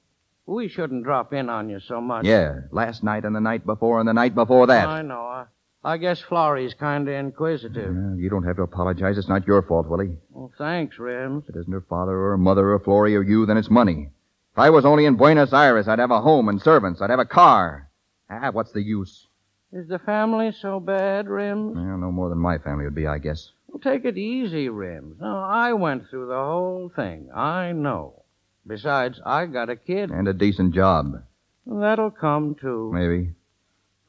[SPEAKER 12] We shouldn't drop in on you so much.
[SPEAKER 8] Yeah, last night and the night before and the night before that.
[SPEAKER 12] I know. I, I guess Florrie's kind of inquisitive.
[SPEAKER 8] Well, you don't have to apologize. It's not your fault, Willie.
[SPEAKER 12] Well, thanks, Rims.
[SPEAKER 8] If it isn't her father or her mother or Florrie or you, then it's money. If I was only in Buenos Aires, I'd have a home and servants. I'd have a car. Ah, what's the use?
[SPEAKER 12] Is the family so bad, Rims?
[SPEAKER 8] Well, no more than my family would be, I guess.
[SPEAKER 12] Well, take it easy, Rims. No, I went through the whole thing. I know. Besides, I got a kid.
[SPEAKER 8] And a decent job,
[SPEAKER 12] That'll come, too.
[SPEAKER 8] maybe.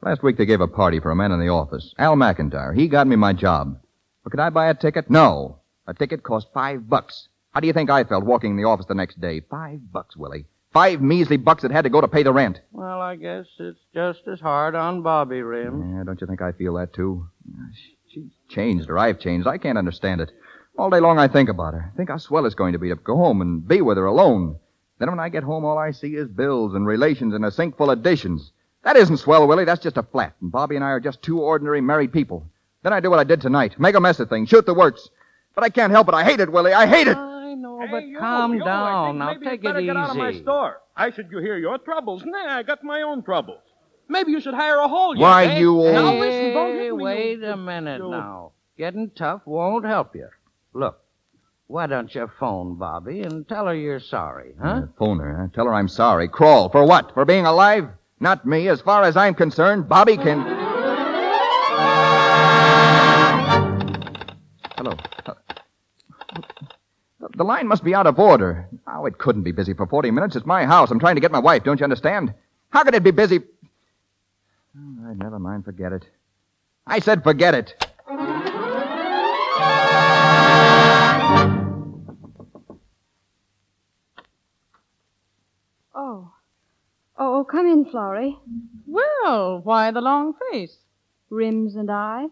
[SPEAKER 8] Last week they gave a party for a man in the office, Al McIntyre. He got me my job. But could I buy a ticket? No. A ticket cost five bucks. How do you think I felt walking in the office the next day? Five bucks, Willie. Five measly bucks that had to go to pay the rent.
[SPEAKER 12] Well, I guess it's just as hard on Bobby, Rims.
[SPEAKER 8] Yeah, don't you think I feel that too? She's changed, or I've changed. I can't understand it. All day long I think about her. Think how swell it's going to be to go home and be with her alone. Then when I get home, all I see is bills and relations and a sink full of dishes. That isn't swell, Willie. That's just a flat. And Bobby and I are just two ordinary married people. Then I do what I did tonight. Make a mess of things. Shoot the works. But I can't help it. I hate it, Willie. I hate it.
[SPEAKER 12] I know, but calm down. Now
[SPEAKER 6] Maybe
[SPEAKER 12] take
[SPEAKER 6] you
[SPEAKER 12] it
[SPEAKER 6] better
[SPEAKER 12] easy.
[SPEAKER 6] get out of my store. I should you hear your troubles. Nah, I got my own troubles. Maybe you should hire a haulier.
[SPEAKER 8] Why,
[SPEAKER 6] eh?
[SPEAKER 8] you old-
[SPEAKER 6] Now listen, don't
[SPEAKER 12] Hey,
[SPEAKER 6] hit me,
[SPEAKER 12] wait
[SPEAKER 6] you-
[SPEAKER 12] a minute
[SPEAKER 6] you-
[SPEAKER 12] now. Getting tough won't help you. Look, why don't you phone Bobby and tell her you're sorry, huh?
[SPEAKER 8] Yeah, phone her. Huh? Tell her I'm sorry. Crawl. For what? For being alive? Not me. As far as I'm concerned, Bobby can. Hello. Uh, The line must be out of order. Oh, it couldn't be busy for 40 minutes. It's my house. I'm trying to get my wife. Don't you understand? How could it be busy? All right, never mind. Forget it. I said forget it.
[SPEAKER 4] Oh. Oh, oh, come in, Florrie.
[SPEAKER 10] Well, why the long face?
[SPEAKER 4] Rims and I.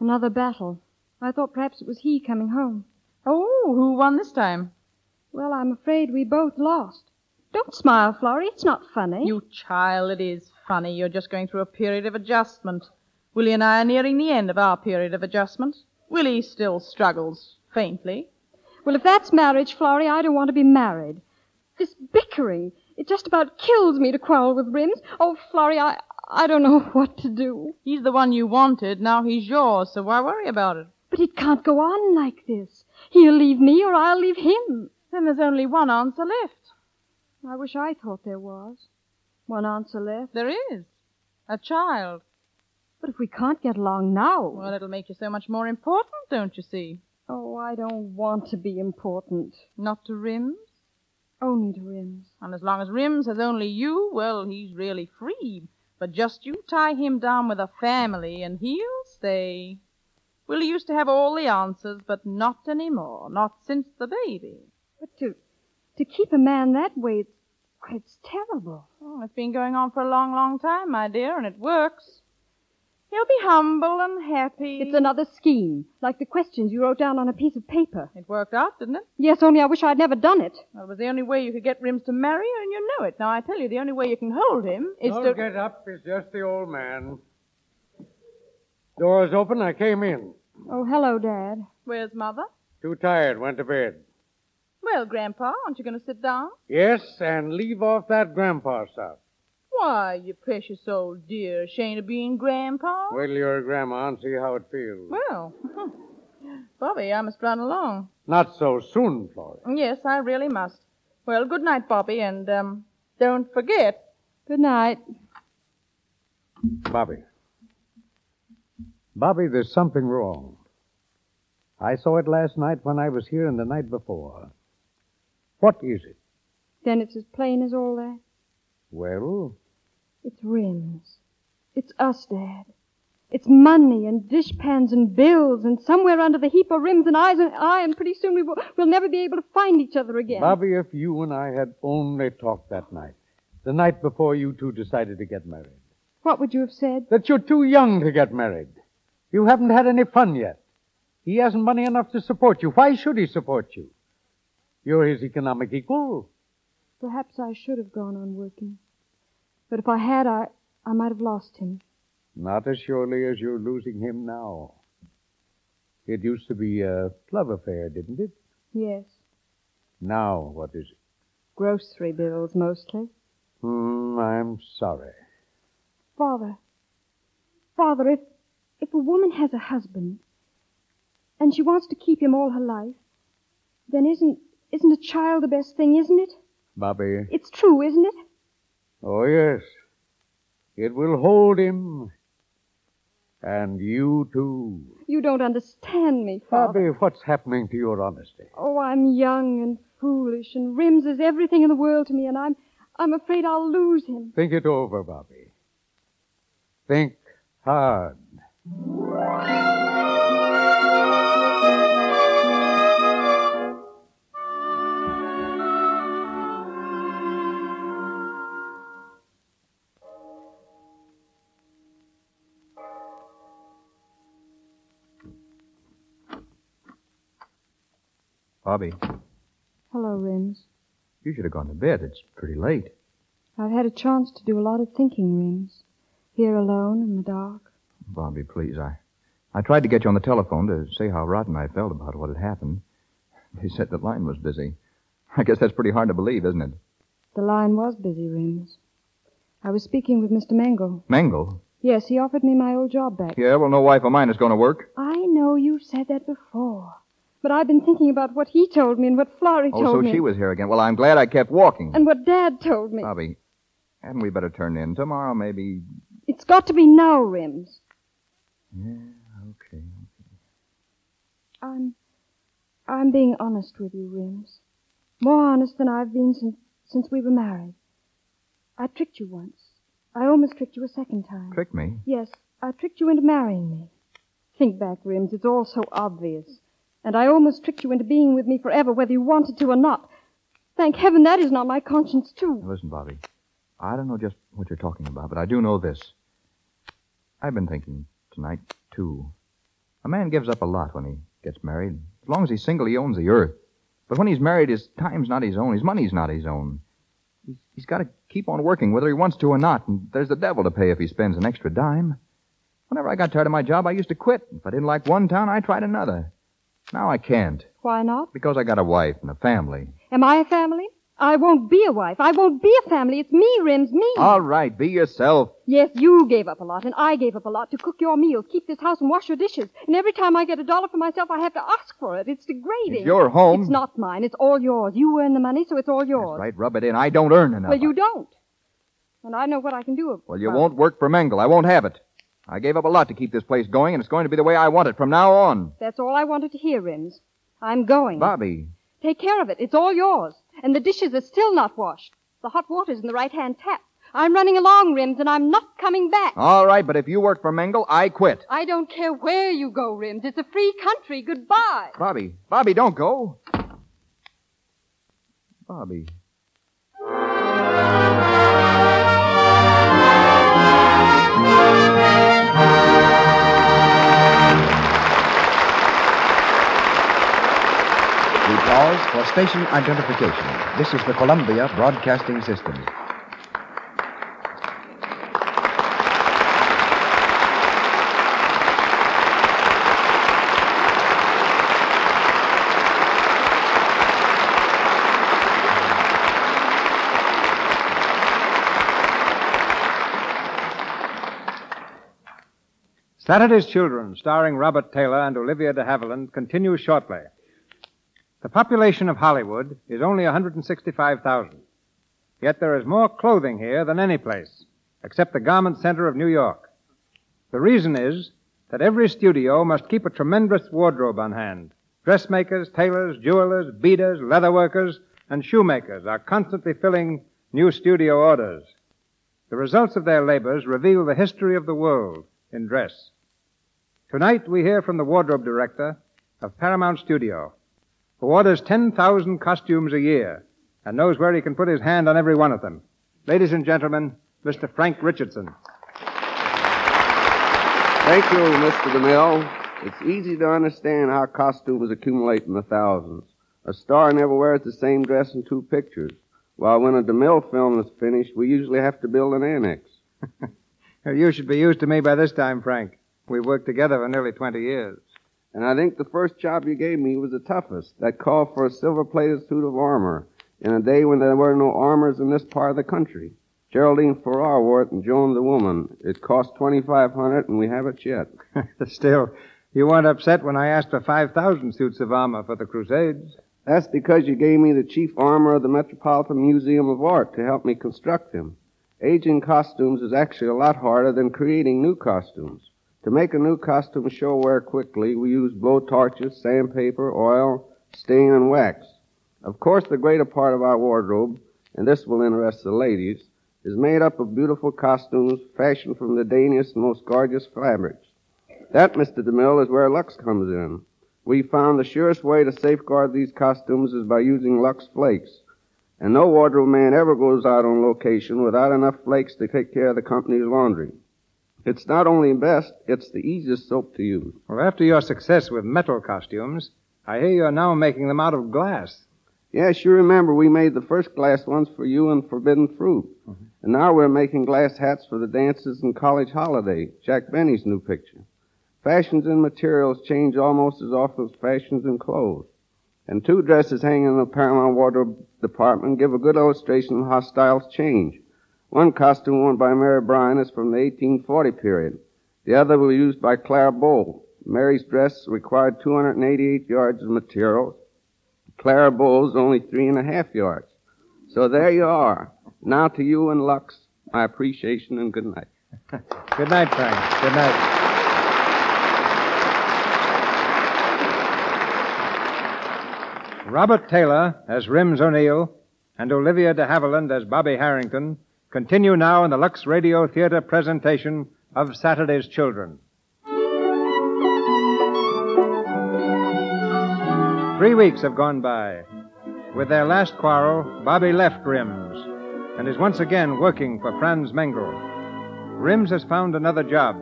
[SPEAKER 4] Another battle. I thought perhaps it was he coming home.
[SPEAKER 10] Oh, who won this time?
[SPEAKER 4] Well, I'm afraid we both lost. Don't smile, Florrie. It's not funny.
[SPEAKER 10] You child, it is funny. You're just going through a period of adjustment. Willie and I are nearing the end of our period of adjustment. Willie still struggles faintly.
[SPEAKER 4] Well, if that's marriage, Florrie, I don't want to be married. This bickering, it just about kills me to quarrel with Rims. Oh, Florrie, I, I don't know what to do.
[SPEAKER 10] He's the one you wanted. Now he's yours, Oh, so why worry about it?
[SPEAKER 4] But it can't go on like this. He'll leave me or I'll leave him.
[SPEAKER 10] Then there's only one answer left.
[SPEAKER 4] I wish I thought there was. One answer left.
[SPEAKER 10] There is. A child.
[SPEAKER 4] But if we can't get along now.
[SPEAKER 10] Well, it'll make you so much more important, don't you see?
[SPEAKER 4] Oh, I don't want to be important.
[SPEAKER 10] Not to Rims?
[SPEAKER 4] Only to Rims.
[SPEAKER 10] And as long as Rims has only you, well, he's really free. But just you tie him down with a family, and he'll stay. We used to have all the answers, but not anymore. Not since the baby.
[SPEAKER 4] But to to keep a man that way, it's, why, it's terrible.
[SPEAKER 10] Oh, it's been going on for a long, long time, my dear, and it works. He'll be humble and happy.
[SPEAKER 4] It's another scheme, like the questions you wrote down on a piece of paper.
[SPEAKER 10] It worked out, didn't it?
[SPEAKER 4] Yes, only I wish I'd never done it.
[SPEAKER 10] Well, it was the only way you could get Rims to marry you, and you know it. Now, I tell you, the only way you can hold him is
[SPEAKER 11] Don't
[SPEAKER 10] to...
[SPEAKER 11] get up. It's just the old man. Door's open. I came in.
[SPEAKER 4] Oh, hello, Dad.
[SPEAKER 10] Where's Mother?
[SPEAKER 11] Too tired. Went to bed.
[SPEAKER 10] Well, Grandpa, aren't you going to sit down?
[SPEAKER 11] Yes, and leave off that grandpa stuff.
[SPEAKER 10] Why, you precious old dear, ashamed of being Grandpa?
[SPEAKER 11] Wait till you're a grandma and see how it feels.
[SPEAKER 10] Well, Bobby, I must run along.
[SPEAKER 11] Not so soon, Florrie.
[SPEAKER 10] Yes, I really must. Well, good night, Bobby, and um, don't forget.
[SPEAKER 4] Good night.
[SPEAKER 17] Bobby. Bobby, there's something wrong. I saw it last night when I was here and the night before. What is it?
[SPEAKER 4] Then it's as plain as all that.
[SPEAKER 17] Well,
[SPEAKER 4] It's rims. It's us, Dad. It's money and dishpans and bills, and somewhere under the heap are rims and eyes and I, and pretty soon we will, we'll never be able to find each other again.
[SPEAKER 11] Bobby, if you and I had only talked that night, the night before you two decided to get married,
[SPEAKER 4] What would you have said?
[SPEAKER 11] that you're too young to get married. You haven't had any fun yet. He hasn't money enough to support you. Why should he support you? You're his economic equal.
[SPEAKER 4] Perhaps I should have gone on working. But if I had, I, I might have lost him.
[SPEAKER 17] not as surely as you're losing him now. It used to be a love affair, didn't it?
[SPEAKER 4] Yes.
[SPEAKER 17] Now, what is it?
[SPEAKER 4] Grocery bills, mostly.
[SPEAKER 17] Hmm, I'm sorry.
[SPEAKER 4] Father, Father, if, if a woman has a husband and she wants to keep him all her life, then isn't, isn't a child the best thing, isn't it?
[SPEAKER 17] Bobby.
[SPEAKER 4] It's true, isn't it?
[SPEAKER 17] Oh, yes. It will hold him. And you too.
[SPEAKER 4] You don't understand me, Father.
[SPEAKER 17] Bobby, what's happening to your honesty?
[SPEAKER 4] Oh, I'm young and foolish, and Rims is everything in the world to me, and I'm, I'm afraid I'll lose him.
[SPEAKER 17] Think it over, Bobby. Think hard.
[SPEAKER 8] Bobby,
[SPEAKER 4] Hello, Rims.
[SPEAKER 8] you should have gone to bed. It's pretty late.
[SPEAKER 4] I've had a chance to do a lot of thinking, Rims. Here alone in the dark.
[SPEAKER 8] Bobby, please, I, I tried to get you on the telephone to say how rotten I felt about what had happened. They said the line was busy. I guess that's pretty hard to believe, isn't it?
[SPEAKER 4] The line was busy, Rims. I was speaking with Mr. Mangle.
[SPEAKER 8] Mangle?
[SPEAKER 4] Yes, he offered me my old job back.
[SPEAKER 8] Yeah, well, no wife of mine is going to work.
[SPEAKER 4] I know you said that before, but I've been thinking about what he told me and what Florrie
[SPEAKER 8] oh,
[SPEAKER 4] told
[SPEAKER 8] so
[SPEAKER 4] me.
[SPEAKER 8] she was Uh, here again. Well, I'm glad I kept walking.
[SPEAKER 4] And what Dad told me.
[SPEAKER 8] Bobby, hadn't we better turn in tomorrow, maybe?
[SPEAKER 4] It's got to be now, Rims.
[SPEAKER 8] Yeah, okay.
[SPEAKER 4] I'm. I'm being honest with you, Rims. More honest than I've been since, since we were married. I tricked you once. I almost tricked you a second time.
[SPEAKER 8] Trick me?
[SPEAKER 4] Yes, I tricked you into marrying me. Think back, Rims. It's all so obvious. And I almost tricked you into being with me forever, whether you wanted to or not. Thank heaven that isn't on my conscience, too.
[SPEAKER 8] Now, listen, Bobby, I don't know just what you're talking about, but I do know this. I've been thinking tonight, too. A man gives up a lot when he gets married. As long as he's single, he owns the earth. But when he's married, his time's not his own, his money's not his own. He's, he's got to keep on working, whether he wants to or not, and there's the devil to pay if he spends an extra dime. Whenever I got tired of my job, I used to quit. If I didn't like one town, I tried another. Now I can't.
[SPEAKER 4] Why not?
[SPEAKER 8] Because I got a wife and a family.
[SPEAKER 4] Am I a family? I won't be a wife. I won't be a family. It's me, Rims, me.
[SPEAKER 8] All right, be yourself.
[SPEAKER 4] Yes, you gave up a lot, and I gave up a lot to cook your meals, keep this house, and wash your dishes. And every time I get a dollar for myself, I have to ask for it. It's degrading.
[SPEAKER 8] It's your home.
[SPEAKER 4] It's not mine. It's all yours. You earn the money, so it's all yours.
[SPEAKER 8] Right, rub it in. I don't earn enough.
[SPEAKER 4] Well, you don't. And I know what I can do. ab-
[SPEAKER 8] Well, you won't work for Mengel. I won't have it. I gave up a lot to keep this place going, and it's going to be the way I want it from now on.
[SPEAKER 4] That's all I wanted to hear, Rims. I'm going.
[SPEAKER 8] Bobby,
[SPEAKER 4] Take care of it. It's all yours. And the dishes are still not washed. The hot water's in the right-hand tap. I'm running along, Rims, and I'm not coming back.
[SPEAKER 8] all right, but if you work for Mengel, I quit.
[SPEAKER 4] I don't care where you go, Rims. It's a free country. Goodbye.
[SPEAKER 8] Bobby, Bobby, don't go. Bobby.
[SPEAKER 2] We pause for station identification. This is the Columbia Broadcasting System.
[SPEAKER 3] Saturday's Children, starring Robert Taylor and Olivia de Havilland, continues shortly. The population of Hollywood is only 165,000. Yet there is more clothing here than any place, except the garment center of New York. The reason is that every studio must keep a tremendous wardrobe on hand. Dressmakers, tailors, jewelers, beaters, leatherworkers, and shoemakers are constantly filling new studio orders. The results of their labors reveal the history of the world in dress. Tonight, we hear from the wardrobe director of Paramount Studio, who orders 10,000 costumes a year and knows where he can put his hand on every one of them. Ladies and gentlemen, Mr. Frank Richardson.
[SPEAKER 9] Thank you, Mr. DeMille. It's easy to understand how costumes accumulate in the thousands. A star never wears the same dress in two pictures, while when a DeMille film is finished, we usually have to build an annex.
[SPEAKER 3] You should be used to me by this time, Frank. We've worked together for nearly 20 years.
[SPEAKER 9] And I think the first job you gave me was the toughest, that called for a silver-plated suit of armor, in a day when there were no armors in this part of the country. Geraldine Farrar wore it and Joan the Woman. It cost 2500 and we have it yet.
[SPEAKER 3] Still, you weren't upset when I asked for 5,000 suits of armor for the Crusades.
[SPEAKER 9] That's because you gave me the chief armor of the Metropolitan Museum of Art to help me construct them. Aging costumes is actually a lot harder than creating new costumes. To make a new costume show wear quickly, we use blow torches, sandpaper, oil, stain, and wax. Of course, the greater part of our wardrobe, and this will interest the ladies, is made up of beautiful costumes fashioned from the daintiest and most gorgeous fabrics. That, Mr. DeMille, is where Lux comes in. We found the surest way to safeguard these costumes is by using Lux Flakes. And no wardrobe man ever goes out on location without enough flakes to take care of the company's laundry. It's not only best, it's the easiest soap to use.
[SPEAKER 3] Well, after your success with metal costumes, I hear you're now making them out of glass.
[SPEAKER 9] Yes, you remember we made the first glass ones for you and Forbidden Fruit. And now we're making glass hats for the dances and college holiday, Jack Benny's new picture. Fashions and materials change almost as often as fashions and clothes. And two dresses hanging in the Paramount Wardrobe Department give a good illustration of how styles change. One costume worn by Mary Bryan is from the 1840 period. The other was used by Clara Bow. Mary's dress required 288 yards of material. Clara Bow's only three and a half yards. So there you are. Now to you and Lux, my appreciation and good night.
[SPEAKER 3] Good night, Frank. Good night. Robert Taylor as Rims O'Neill and Olivia de Havilland as Bobby Harrington continue now in the Lux Radio Theater presentation of Saturday's Children. Three weeks have gone by. With their last quarrel, Bobby left Rims and is once again working for Franz Mengel. Rims has found another job.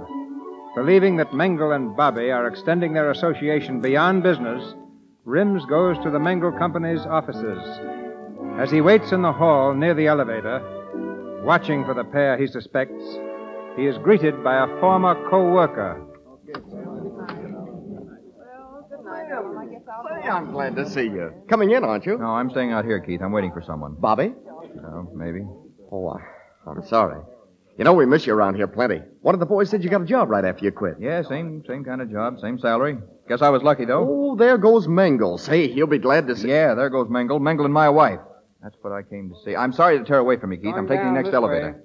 [SPEAKER 3] Believing that Mengel and Bobby are extending their association beyond business, Rims goes to the Mengel Company's offices. As he waits in the hall near the elevator, watching for the pair he suspects, he is greeted by a former co worker.
[SPEAKER 13] Well, good night, Ellen. I guess
[SPEAKER 2] Say, I'm glad to see you.
[SPEAKER 8] Coming in, aren't you? No, I'm staying out here, Keith. I'm waiting for someone. Bobby? No, maybe.
[SPEAKER 13] Oh, I, I'm sorry. You know, we miss you around here plenty. One of the boys said you got a job right after you quit.
[SPEAKER 8] Yeah, same same kind of job, same salary. Guess I was lucky though.
[SPEAKER 13] Oh, there goes Mangles. Hey, he'll be glad to see.
[SPEAKER 8] Yeah, there goes Mangle. Mangle and my wife. That's what I came to see. I'm sorry to tear away from you, Keith. I'm
[SPEAKER 13] Going
[SPEAKER 8] taking
[SPEAKER 13] down
[SPEAKER 8] the next
[SPEAKER 13] this
[SPEAKER 8] elevator.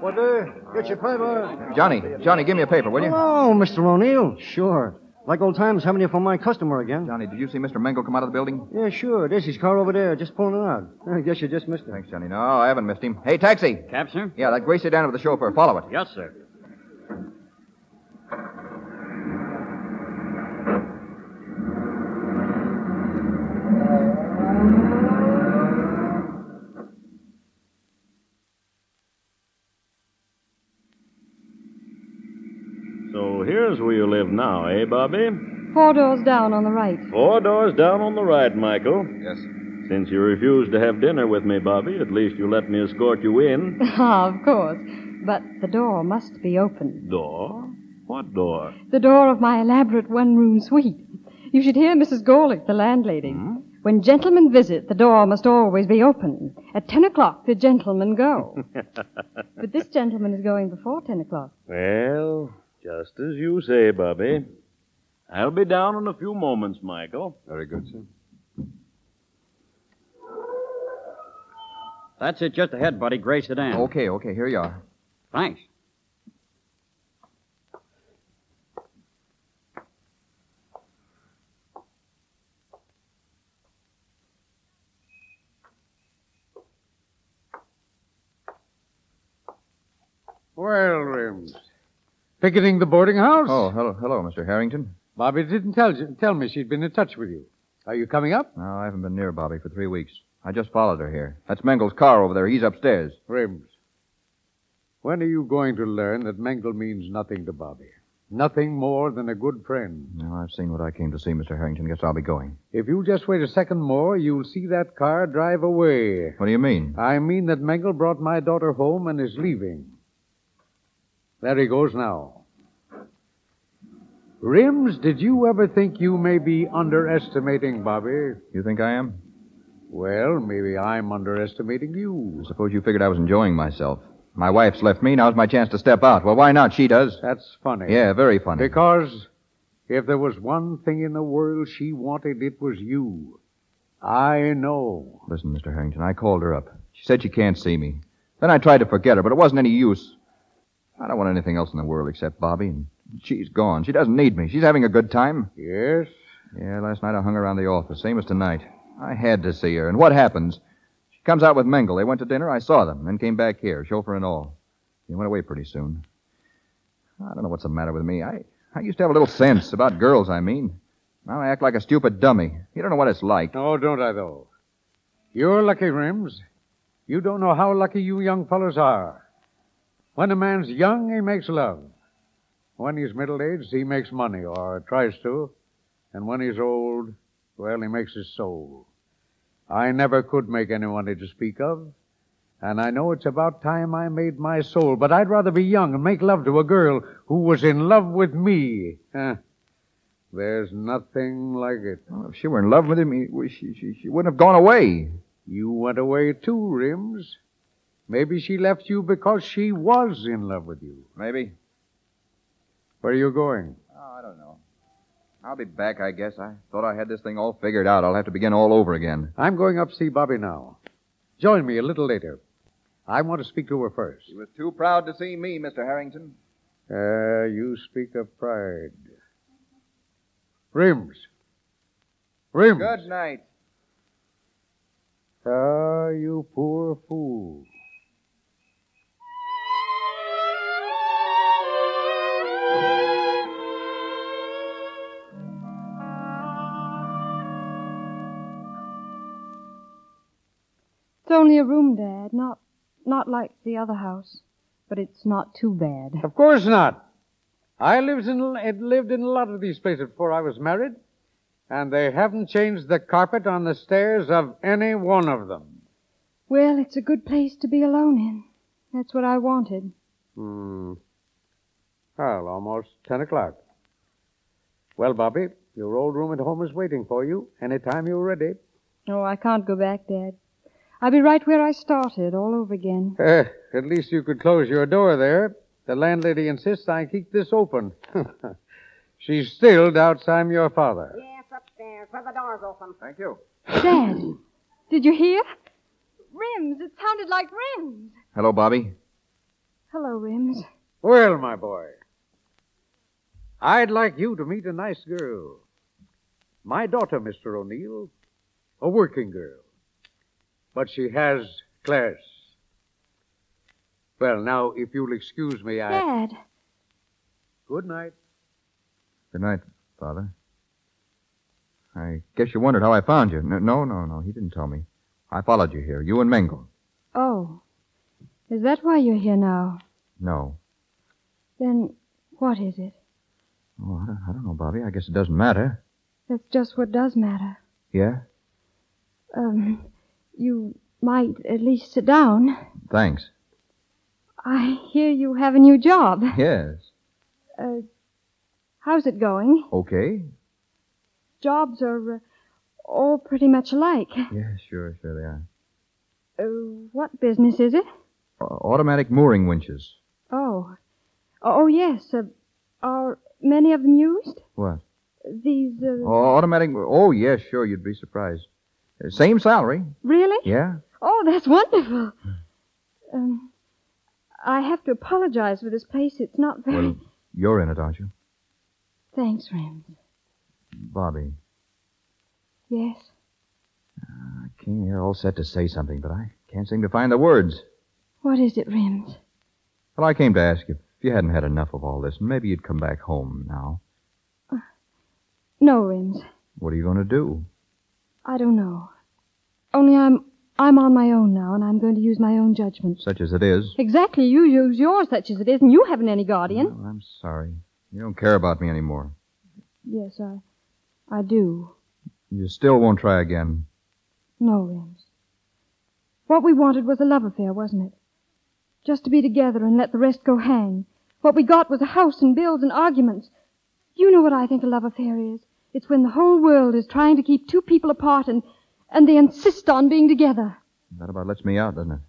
[SPEAKER 18] Whatever. Get your paper.
[SPEAKER 8] Johnny, Johnny, give me a paper, will you?
[SPEAKER 18] Hello, Mr. O'Neill. Sure. Like old times, having you for my customer again.
[SPEAKER 8] Johnny, did you see Mr. Mangle come out of the building?
[SPEAKER 18] Yeah, sure. There's his car over there, just pulling it out. I guess you just missed it.
[SPEAKER 8] Thanks, Johnny. No, I haven't missed him. Hey, taxi.
[SPEAKER 19] Cab, sir?
[SPEAKER 8] Yeah, that Gracie down with the chauffeur. Follow it.
[SPEAKER 19] Yes, sir.
[SPEAKER 6] So here's where you live now, eh, Bobby?
[SPEAKER 4] Four doors down on the right.
[SPEAKER 6] Four doors down on the right, Michael.
[SPEAKER 8] Yes.
[SPEAKER 6] Since you refused to have dinner with me, Bobby, at least you let me escort you in.
[SPEAKER 4] Ah, of course. But the door must be open.
[SPEAKER 6] Door? What door?
[SPEAKER 4] The door of my elaborate one room suite. You should hear Mrs. Gorlick, the landlady. When gentlemen visit, the door must always be open. At ten o'clock, the gentlemen go. but this gentleman is going before ten o'clock.
[SPEAKER 6] Well, just as you say, Bobby. I'll be down in a few moments, Michael. Very good, sir.
[SPEAKER 19] That's it, just ahead, buddy. Gray sedan.
[SPEAKER 8] Okay, okay, here you are.
[SPEAKER 19] Thanks.
[SPEAKER 11] Well, Rims. Picketing the boarding house?
[SPEAKER 8] Oh, hello, hello, Mr. Harrington.
[SPEAKER 11] Bobby didn't tell, tell me she'd been in touch with you. Are you coming up?
[SPEAKER 8] No, I haven't been near Bobby for three weeks. I just followed her here. That's Mangle's car over there. He's upstairs.
[SPEAKER 11] Rims. When are you going to learn that Mengel means nothing to Bobby? Nothing more than a good friend.
[SPEAKER 8] No, I've seen what I came to see, Mr. Harrington. Guess I'll be going.
[SPEAKER 11] If you just wait a second more, you'll see that car drive away.
[SPEAKER 8] What do you mean?
[SPEAKER 11] I mean that Mengel brought my daughter home and is leaving. There he goes now. Rims, did you ever think you may be underestimating Bobby?
[SPEAKER 8] You think I am?
[SPEAKER 11] Well, maybe I'm underestimating you.
[SPEAKER 8] Suppose you figured I was enjoying myself. My wife's left me. Now's my chance to step out. Well, why not? She does.
[SPEAKER 11] That's funny.
[SPEAKER 8] Yeah, very funny.
[SPEAKER 11] Because if there was one thing in the world she wanted, it was you. I know.
[SPEAKER 8] Listen, Mr. Harrington, I called her up. She said she can't see me. Then I tried to forget her, but it wasn't any use. I don't want anything else in the world except Bobby, and she's gone. She doesn't need me. She's having a good time.
[SPEAKER 11] Yes?
[SPEAKER 8] Yeah, last night I hung around the office, same as tonight. I had to see her, and what happens? She comes out with Mengel. They went to dinner. I saw them, then came back here, chauffeur and all. He went away pretty soon. I don't know what's the matter with me. I, I used to have a little sense about girls, I mean. Now I act like a stupid dummy. You don't know what it's like.
[SPEAKER 11] No, don't I, though? You're lucky, Rims. You don't know how lucky you young fellows are. When a man's young, he makes love. When he's middle aged, he makes money, or tries to. And when he's old, well, he makes his soul. I never could make any money to speak of. And I know it's about time I made my soul, but I'd rather be young and make love to a girl who was in love with me. Huh. There's nothing like it.
[SPEAKER 8] Well, Oh, if she were in love with him, he, well, she, she, she wouldn't have gone away.
[SPEAKER 11] You went away too, Rims. Maybe she left you because she was in love with you.
[SPEAKER 8] Maybe.
[SPEAKER 11] Where are you going?
[SPEAKER 8] Oh, I don't know. I'll be back, I guess. I thought I had this thing all figured out. I'll have to begin all over again.
[SPEAKER 11] I'm going up to see Bobby now. Join me a little later. I want to speak to her first.
[SPEAKER 8] She was too proud to see me, Mr. Harrington.
[SPEAKER 11] Ah, you speak of pride. Rims. Rims.
[SPEAKER 8] Good night.
[SPEAKER 11] Ah, you poor fool.
[SPEAKER 4] It's only a room, Dad. Not, not like the other house. But it's not too bad.
[SPEAKER 11] Of course not. I lives in, had lived in a lot of these places before I was married, and they haven't changed the carpet on the stairs of any one of them.
[SPEAKER 4] Well, it's a good place to be alone in. That's what I wanted.
[SPEAKER 11] Hmm. Well, almost 10 o'clock. Well, Bobby, your old room at home is waiting for you anytime you're ready.
[SPEAKER 4] Oh, I can't go back, Dad. I'll be right where I started, all over again.
[SPEAKER 11] Eh, at least you could close your door there. The landlady insists I keep this open. She's still doubts I'm your father.
[SPEAKER 20] Yes, upstairs, where the door's open.
[SPEAKER 11] Thank you.
[SPEAKER 4] Dad, did you hear? Rims, it sounded like Rims.
[SPEAKER 8] Hello, Bobby.
[SPEAKER 4] Hello, Rims.
[SPEAKER 11] Well, my boy, I'd like you to meet a nice girl. My daughter, Mr. O'Neill, a working girl. But she has class. Well, now, if you'll excuse me, I.
[SPEAKER 4] Dad,
[SPEAKER 11] Good night.
[SPEAKER 8] Good night, Father. I guess you wondered how I found you. N- No, no, no, he didn't tell me. I followed you here, you and Mangle.
[SPEAKER 4] oh. Is that why you're here now?
[SPEAKER 8] No.
[SPEAKER 4] Then what is it?
[SPEAKER 8] Oh, I don't, I don't know, Bobby. I guess it doesn't matter.
[SPEAKER 4] That's just what does matter.
[SPEAKER 8] Yeah?
[SPEAKER 4] Um, you might at least sit down.
[SPEAKER 8] Thanks.
[SPEAKER 4] I hear you have a new job.
[SPEAKER 8] Yes.
[SPEAKER 4] Uh, how's it going?
[SPEAKER 8] Okay.
[SPEAKER 4] Jobs are uh, all pretty much alike.
[SPEAKER 8] Yeah, sure, sure they are.
[SPEAKER 4] Uh, what business is it?
[SPEAKER 8] Au- automatic mooring winches.
[SPEAKER 4] Oh. Oh, yes. Uh, are many of them used?
[SPEAKER 8] What?
[SPEAKER 4] These, uh,
[SPEAKER 8] Oh, automatic. Oh, yes, sure. You'd be surprised. Uh, Same salary.
[SPEAKER 4] really?
[SPEAKER 8] Yeah.
[SPEAKER 4] Oh, that's wonderful. Um, I have to apologize for this place. It's not very.
[SPEAKER 8] Well, you're in it, aren't you,
[SPEAKER 4] Thanks, Rem.
[SPEAKER 8] Bobby?
[SPEAKER 4] Yes.
[SPEAKER 8] I came here all set to say something, but I can't seem to find the words.
[SPEAKER 4] What is it, Rims?
[SPEAKER 8] Well, I came to ask you if you hadn't had enough of all this, and maybe you'd come back home now.
[SPEAKER 4] No, Rims.
[SPEAKER 8] What are you going to do?
[SPEAKER 4] I don't know. Only I'm I'm on my own now, and I'm going to use my own judgment.
[SPEAKER 8] Such as it is.
[SPEAKER 4] Exactly. You use yours, such as it is, and you haven't any guardian.
[SPEAKER 8] Well, I'm sorry. You don't care about me anymore.
[SPEAKER 4] Yes, I, I do.
[SPEAKER 8] You still won't try again.
[SPEAKER 4] No, Rims. What we wanted was a love affair, wasn't it? Just to be together and let the rest go hang. What we got was a house and bills and arguments. You know what I think a love affair is. It's when the whole world is trying to keep two people apart and, and they insist on being together.
[SPEAKER 8] That about lets me out, doesn't it?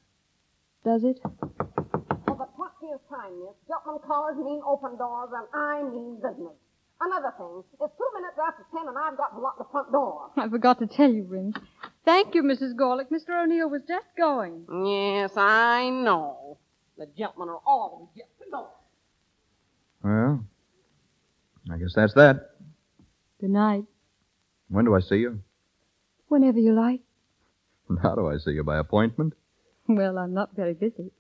[SPEAKER 4] Does it?
[SPEAKER 20] Oh, but what do you time, miss? Gentlemen callers mean open doors, and I mean business. Another thing, it's two minutes after ten, and I've got to lock the front door.
[SPEAKER 4] I forgot to tell you, Rims. Thank you, Mrs. Gorlick. Mr. O'Neill was just going.
[SPEAKER 20] Yes, I know. The gentlemen are always just going.
[SPEAKER 8] Well, I guess that's that.
[SPEAKER 4] Good night.
[SPEAKER 8] When do I see you?
[SPEAKER 4] Whenever you like.
[SPEAKER 8] How do I see you? By appointment?
[SPEAKER 4] Well, I'm not very busy.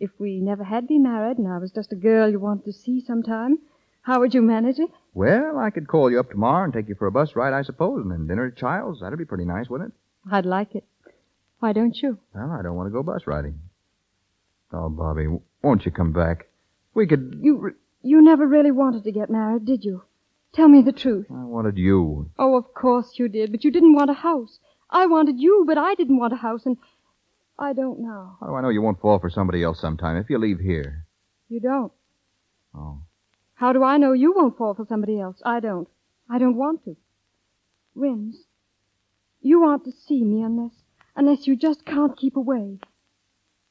[SPEAKER 4] If we never had been married and I was just a girl you wanted to see sometime, how would you manage it?
[SPEAKER 8] Well, I could call you up tomorrow and take you for a bus ride, I suppose, and then dinner at Child's. That'd be pretty nice, wouldn't it?
[SPEAKER 4] I'd like it. Why don't you?
[SPEAKER 8] Well, I don't want to go bus riding. Oh, Bobby, w- won't you come back? We could.
[SPEAKER 4] You you never really wanted to get married, did you? Tell me the truth.
[SPEAKER 8] I wanted you.
[SPEAKER 4] Oh, of course you did, but you didn't want a house. I wanted you, but I didn't want a house, and I don't now.
[SPEAKER 8] How do I know you won't fall for somebody else sometime if you leave here?
[SPEAKER 4] You don't.
[SPEAKER 8] Oh.
[SPEAKER 4] How do I know you won't fall for somebody else? I don't. I don't want to. Rims, you want to see me unless unless you just can't keep away.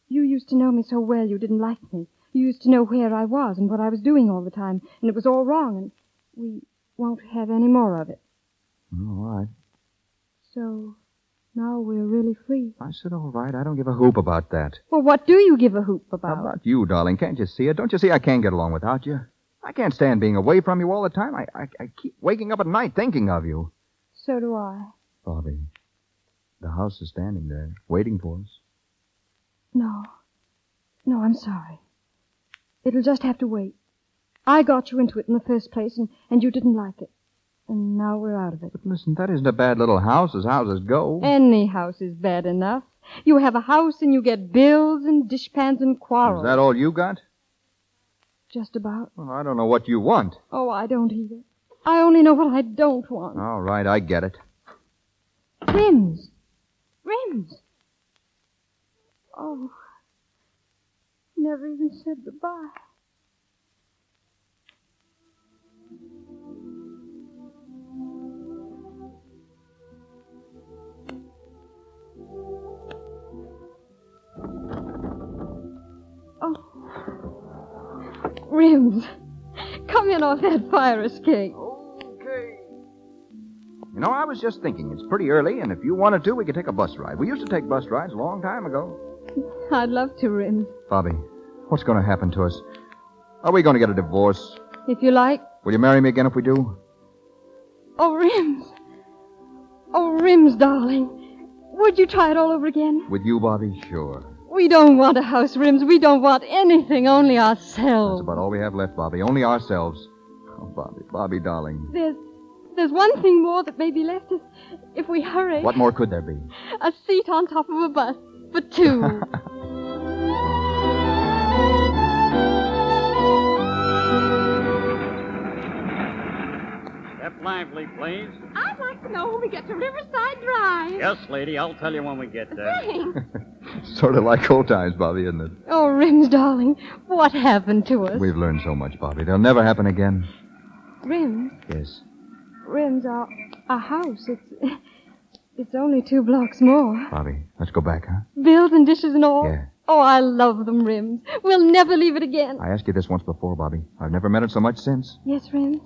[SPEAKER 4] You used to know me so well you didn't like me. You used to know where I was and what I was doing all the time, and it was all wrong, and we won't have any more of it.
[SPEAKER 8] All right.
[SPEAKER 4] So now we're really free.
[SPEAKER 8] I said all right. I don't give a hoop about that.
[SPEAKER 4] Well, what do you give a hoop about?
[SPEAKER 8] How about you, darling? Can't you see it? Don't you see I can't get along without you? I can't stand being away from you all the time. I, I, I keep waking up at night thinking of you.
[SPEAKER 4] So do I.
[SPEAKER 8] Bobby, the house is standing there, waiting for us.
[SPEAKER 4] No. No, I'm sorry. It'll just have to wait. I got you into it in the first place, and, and you didn't like it. And now we're out of it.
[SPEAKER 8] But listen, that isn't a bad little house as houses go.
[SPEAKER 4] Any house is bad enough. You have a house, and you get bills and dishpans and
[SPEAKER 8] Is
[SPEAKER 4] quarrels.
[SPEAKER 8] that all you got?
[SPEAKER 4] Just about.
[SPEAKER 8] Well, I don't know what you want.
[SPEAKER 4] Oh, I don't either. I only know what I don't want.
[SPEAKER 8] All right, I get it.
[SPEAKER 4] Rims. Rims. Oh. Never even said goodbye. Oh, Rims, come in off that fire escape.
[SPEAKER 8] You know, I was just thinking, it's pretty early, and if you wanted to, we could take a bus ride. We used to take bus rides a long time ago.
[SPEAKER 4] I'd love to, Rims,
[SPEAKER 8] Bobby, what's going to happen to us? Are we going to get a divorce?
[SPEAKER 4] if you like.
[SPEAKER 8] Will you marry me again if we do?
[SPEAKER 4] Oh, Rims. Oh, Rims, darling. Would you try it all over again?
[SPEAKER 8] With you, Bobby? Sure.
[SPEAKER 4] We don't want a house, Rims. We don't want anything, only ourselves.
[SPEAKER 8] That's about all we have left, Bobby. Only ourselves. Oh, Bobby, Bobby, darling.
[SPEAKER 4] There's, there's one thing more that may be left if, if we hurry.
[SPEAKER 8] What more could there be?
[SPEAKER 4] A seat on top of a bus for two.
[SPEAKER 19] Step lively, please.
[SPEAKER 21] I'd like to know when we get to Riverside Drive.
[SPEAKER 19] Yes, lady, I'll tell you when we get there.
[SPEAKER 21] Thanks.
[SPEAKER 8] Sort of like old times, Bobby, isn't it?
[SPEAKER 4] oh, Rims, darling, what happened to us?
[SPEAKER 8] We've learned so much, Bobby. They'll never happen again.
[SPEAKER 4] Rims,
[SPEAKER 8] Yes.
[SPEAKER 4] Rims, our, our house, it's, it's only two blocks more.
[SPEAKER 8] Bobby, let's go back, huh?
[SPEAKER 4] Bills and dishes and all.
[SPEAKER 8] Yeah.
[SPEAKER 4] Oh, I love them, Rims. We'll never leave it again.
[SPEAKER 8] I asked you this once before, Bobby. I've never meant it so much since.
[SPEAKER 4] Yes, Rims?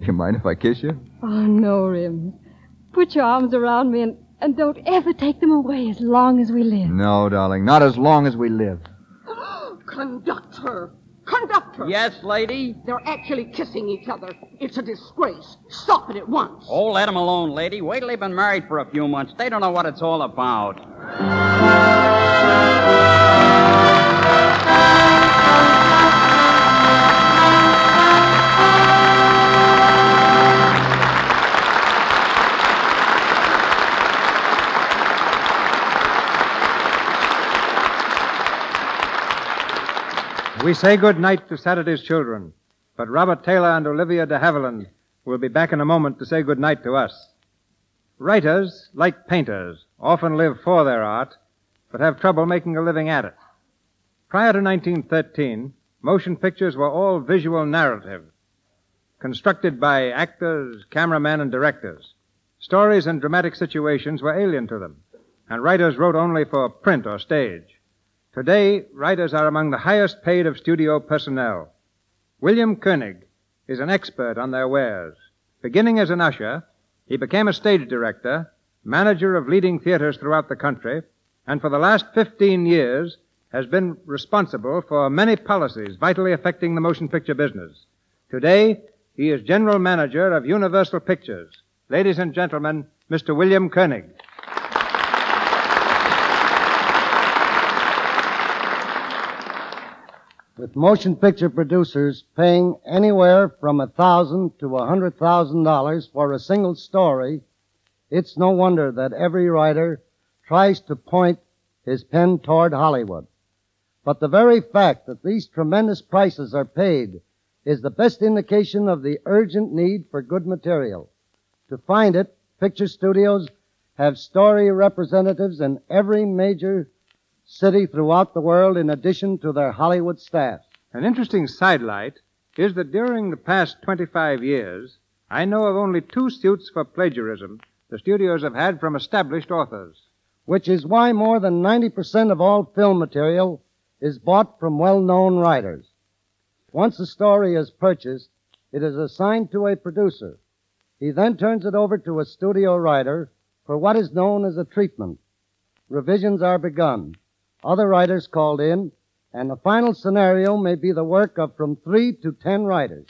[SPEAKER 8] Do you mind if I kiss you?
[SPEAKER 4] Oh, no, Rims. Put your arms around me and, and don't ever take them away as long as we live.
[SPEAKER 8] No, darling, not as long as we live.
[SPEAKER 21] Conductor! Conductor! Yes, lady? They're actually kissing each other. It's a disgrace. Stop it at once.
[SPEAKER 19] Oh, let 'em alone, lady. Wait till they've been married for a few months. They don't know what it's all about.
[SPEAKER 3] We say good night to Saturday's children, but Robert Taylor and Olivia de Havilland will be back in a moment to say good night to us. Writers, like painters, often live for their art, but have trouble making a living at it. Prior to 1913, motion pictures were all visual narrative, constructed by actors, cameramen, and directors. Stories and dramatic situations were alien to them, and writers wrote only for print or stage. Today, writers are among the highest paid of studio personnel. William Koenig is an expert on their wares. Beginning as an usher, he became a stage director, manager of leading theaters throughout the country, and for the last 15 years has been responsible for many policies vitally affecting the motion picture business. Today, he is general manager of Universal Pictures. Ladies and gentlemen, Mr. William Koenig.
[SPEAKER 7] with motion picture producers paying anywhere from a thousand to a hundred thousand dollars for a single story, it's no wonder that every writer tries to point his pen toward Hollywood. But the very fact that these tremendous prices are paid is the best indication of the urgent need for good material. To find it, picture studios have story representatives in every major city throughout the world in addition to their Hollywood staff.
[SPEAKER 3] An interesting sidelight is that during the past 25 years, I know of only two suits for plagiarism the studios have had from established authors.
[SPEAKER 7] which is why more than 90% of all film material is bought from well-known writers. Once a story is purchased, it is assigned to a producer. He then turns it over to a studio writer for what is known as a treatment. Revisions are begun, other writers called in, and the final scenario may be the work of from three to ten writers.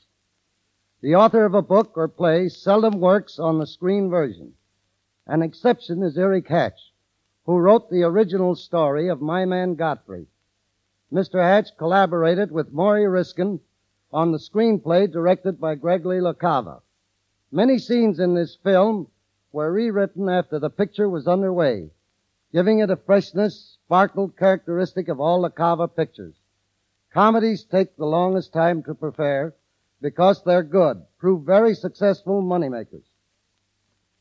[SPEAKER 7] The author of a book or play seldom works on the screen version. An exception is Eric Hatch who wrote the original story of My Man Godfrey. Mr. Hatch collaborated with Maury Riskin on the screenplay directed by Gregory LaCava. Many scenes in this film were rewritten after the picture was underway, giving it a freshness, sparkle characteristic of all LaCava pictures. Comedies take the longest time to prepare because they're good, prove very successful moneymakers.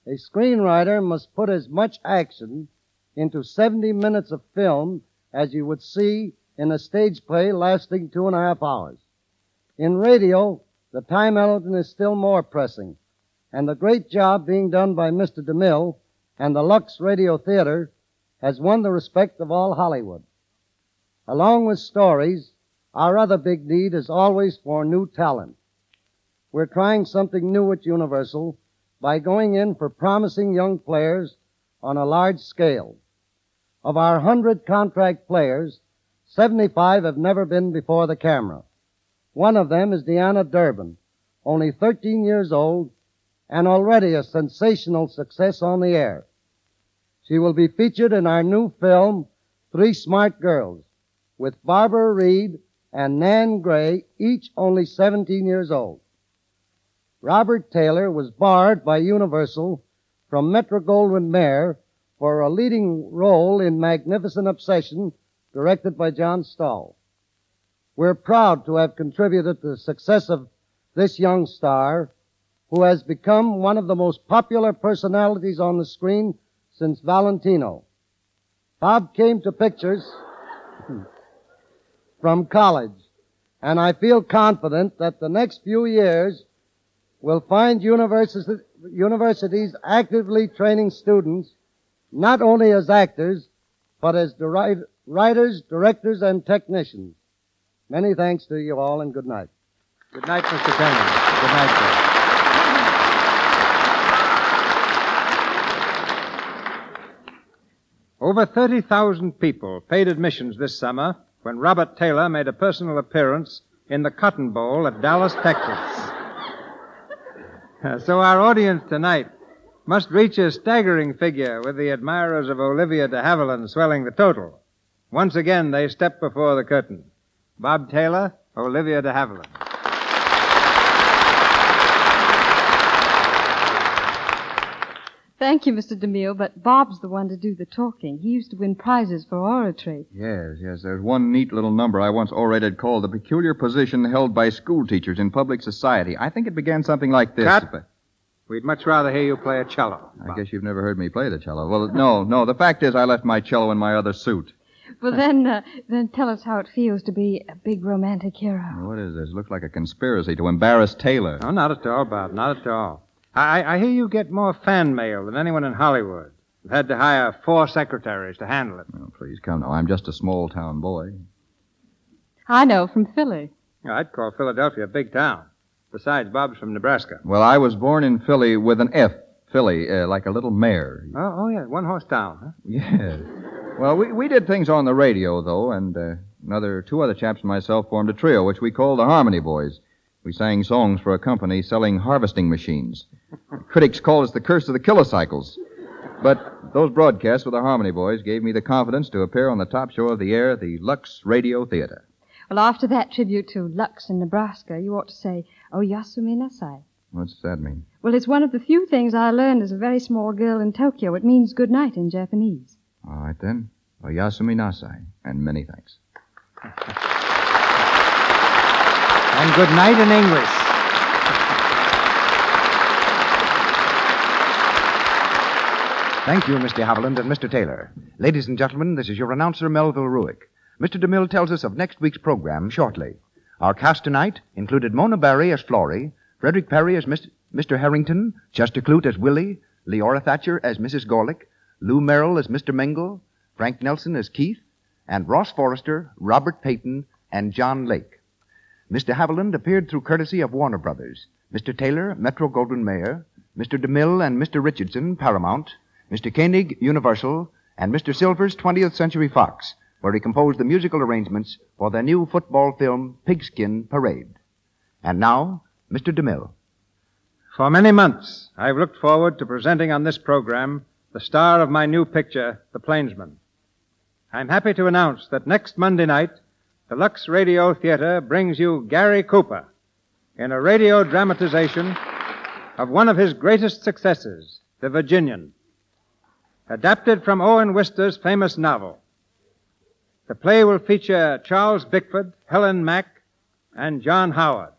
[SPEAKER 7] A screenwriter must put as much action into 70 minutes of film as you would see in a stage play lasting two and a half hours. In radio, the time element is still more pressing, and the great job being done by Mr. DeMille and the Lux Radio Theater has won the respect of all Hollywood. Along with stories, our other big need is always for new talent. We're trying something new at Universal by going in for promising young players on a large scale. Of our 100 contract players, 75 have never been before the camera. One of them is Deanna Durbin, only 13 years old and already a sensational success on the air. She will be featured in our new film, Three Smart Girls, with Barbara Reed and Nan Gray, each only 17 years old. Robert Taylor was barred by Universal from Metro Goldwyn Mayer for a leading role in Magnificent Obsession, directed by John Stahl. We're proud to have contributed to the success of this young star, who has become one of the most popular personalities on the screen since Valentino. Bob came to pictures from college, and I feel confident that the next few years will find universi- universities actively training students not only as actors, but as deri- writers, directors, and technicians. Many thanks to you all, and good night.
[SPEAKER 3] Good night, Mr. Cannon. Good night, sir. Over 30,000 people paid admissions this summer when Robert Taylor made a personal appearance in the Cotton Bowl at Dallas, Texas. Uh, so our audience tonight must reach a staggering figure with the admirers of Olivia de Havilland swelling the total. Once again, they step before the curtain. Bob Taylor, Olivia de Havilland.
[SPEAKER 4] Thank you, Mr. DeMille, but Bob's the one to do the talking. He used to win prizes for oratory.
[SPEAKER 8] Yes, yes. There's one neat little number I once orated called The Peculiar Position Held by School Teachers in Public Society. I think it began something like this.
[SPEAKER 3] Cut.
[SPEAKER 8] but
[SPEAKER 3] We'd much rather hear you play a cello.
[SPEAKER 8] I guess you've never heard me play the cello. Well, no, no. The fact is, I left my cello in my other suit.
[SPEAKER 4] Well, then, uh, then tell us how it feels to be a big romantic hero.
[SPEAKER 8] What is this? Looks like a conspiracy to embarrass Taylor.
[SPEAKER 3] No, not at all, Bob. Not at all. I, I I hear you get more fan mail than anyone in Hollywood. You've had to hire four secretaries to handle it.
[SPEAKER 8] Oh, Please come now. I'm just a small town boy.
[SPEAKER 4] I know from Philly.
[SPEAKER 3] Yeah, I'd call Philadelphia a big town. Besides, Bob's from Nebraska.
[SPEAKER 8] Well, I was born in Philly with an F. Philly, uh, like a little mare.
[SPEAKER 3] Oh, oh yeah, one horse town. Huh?
[SPEAKER 8] Yes. Well, we, we did things on the radio, though, and uh, another two other chaps and myself formed a trio, which we called the Harmony Boys. We sang songs for a company selling harvesting machines. Critics called us the curse of the kilocycles. But those broadcasts with the Harmony Boys gave me the confidence to appear on the top show of the air, the Lux Radio Theater.
[SPEAKER 4] Well, after that tribute to Lux in Nebraska, you ought to say, Oh, Yasumi Nasai.
[SPEAKER 8] What's that mean?
[SPEAKER 4] Well, it's one of the few things I learned as a very small girl in Tokyo. It means good night in Japanese.
[SPEAKER 8] All right, then. Oyasumi Nasai, and many thanks.
[SPEAKER 3] And good night in English.
[SPEAKER 2] Thank you, Mr. Haviland and Mr. Taylor. Ladies and gentlemen, this is your announcer, Melville Ruick. Mr. DeMille tells us of next week's program shortly. Our cast tonight included Mona Barry as Florrie, Frederick Perry as Mis- Mr. Harrington, Chester Clute as Willie, Leora Thatcher as Mrs. Gorlick, Lou Merrill as Mr. Mingle, Frank Nelson as Keith, and Ross Forrester, Robert Payton, and John Lake. Mr. Haviland appeared through courtesy of Warner Brothers, Mr. Taylor, Metro Goldwyn Mayer, Mr. DeMille and Mr. Richardson, Paramount, Mr. Koenig, Universal, and Mr. Silver's 20th Century Fox, where he composed the musical arrangements for their new football film, Pigskin Parade. And now, Mr. DeMille.
[SPEAKER 3] For many months, I've looked forward to presenting on this program the star of my new picture, The Plainsman. I'm happy to announce that next Monday night, the Lux Radio Theater brings you Gary Cooper in a radio dramatization of one of his greatest successes, The Virginian, adapted from Owen Wister's famous novel. The play will feature Charles Bickford, Helen Mack, and John Howard.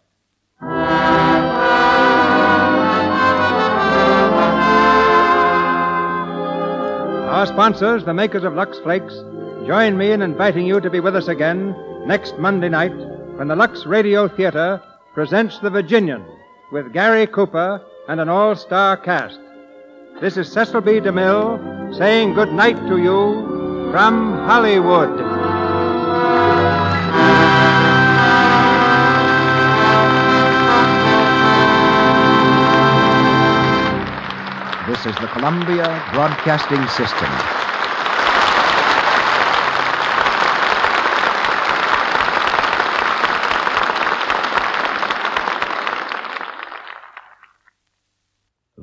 [SPEAKER 3] Our sponsors, the makers of Lux Flakes, Join me in inviting you to be with us again next Monday night when the Lux Radio Theater presents The Virginian with Gary Cooper and an all star cast. This is Cecil B. DeMille saying good night to you from Hollywood.
[SPEAKER 22] This is the Columbia Broadcasting System.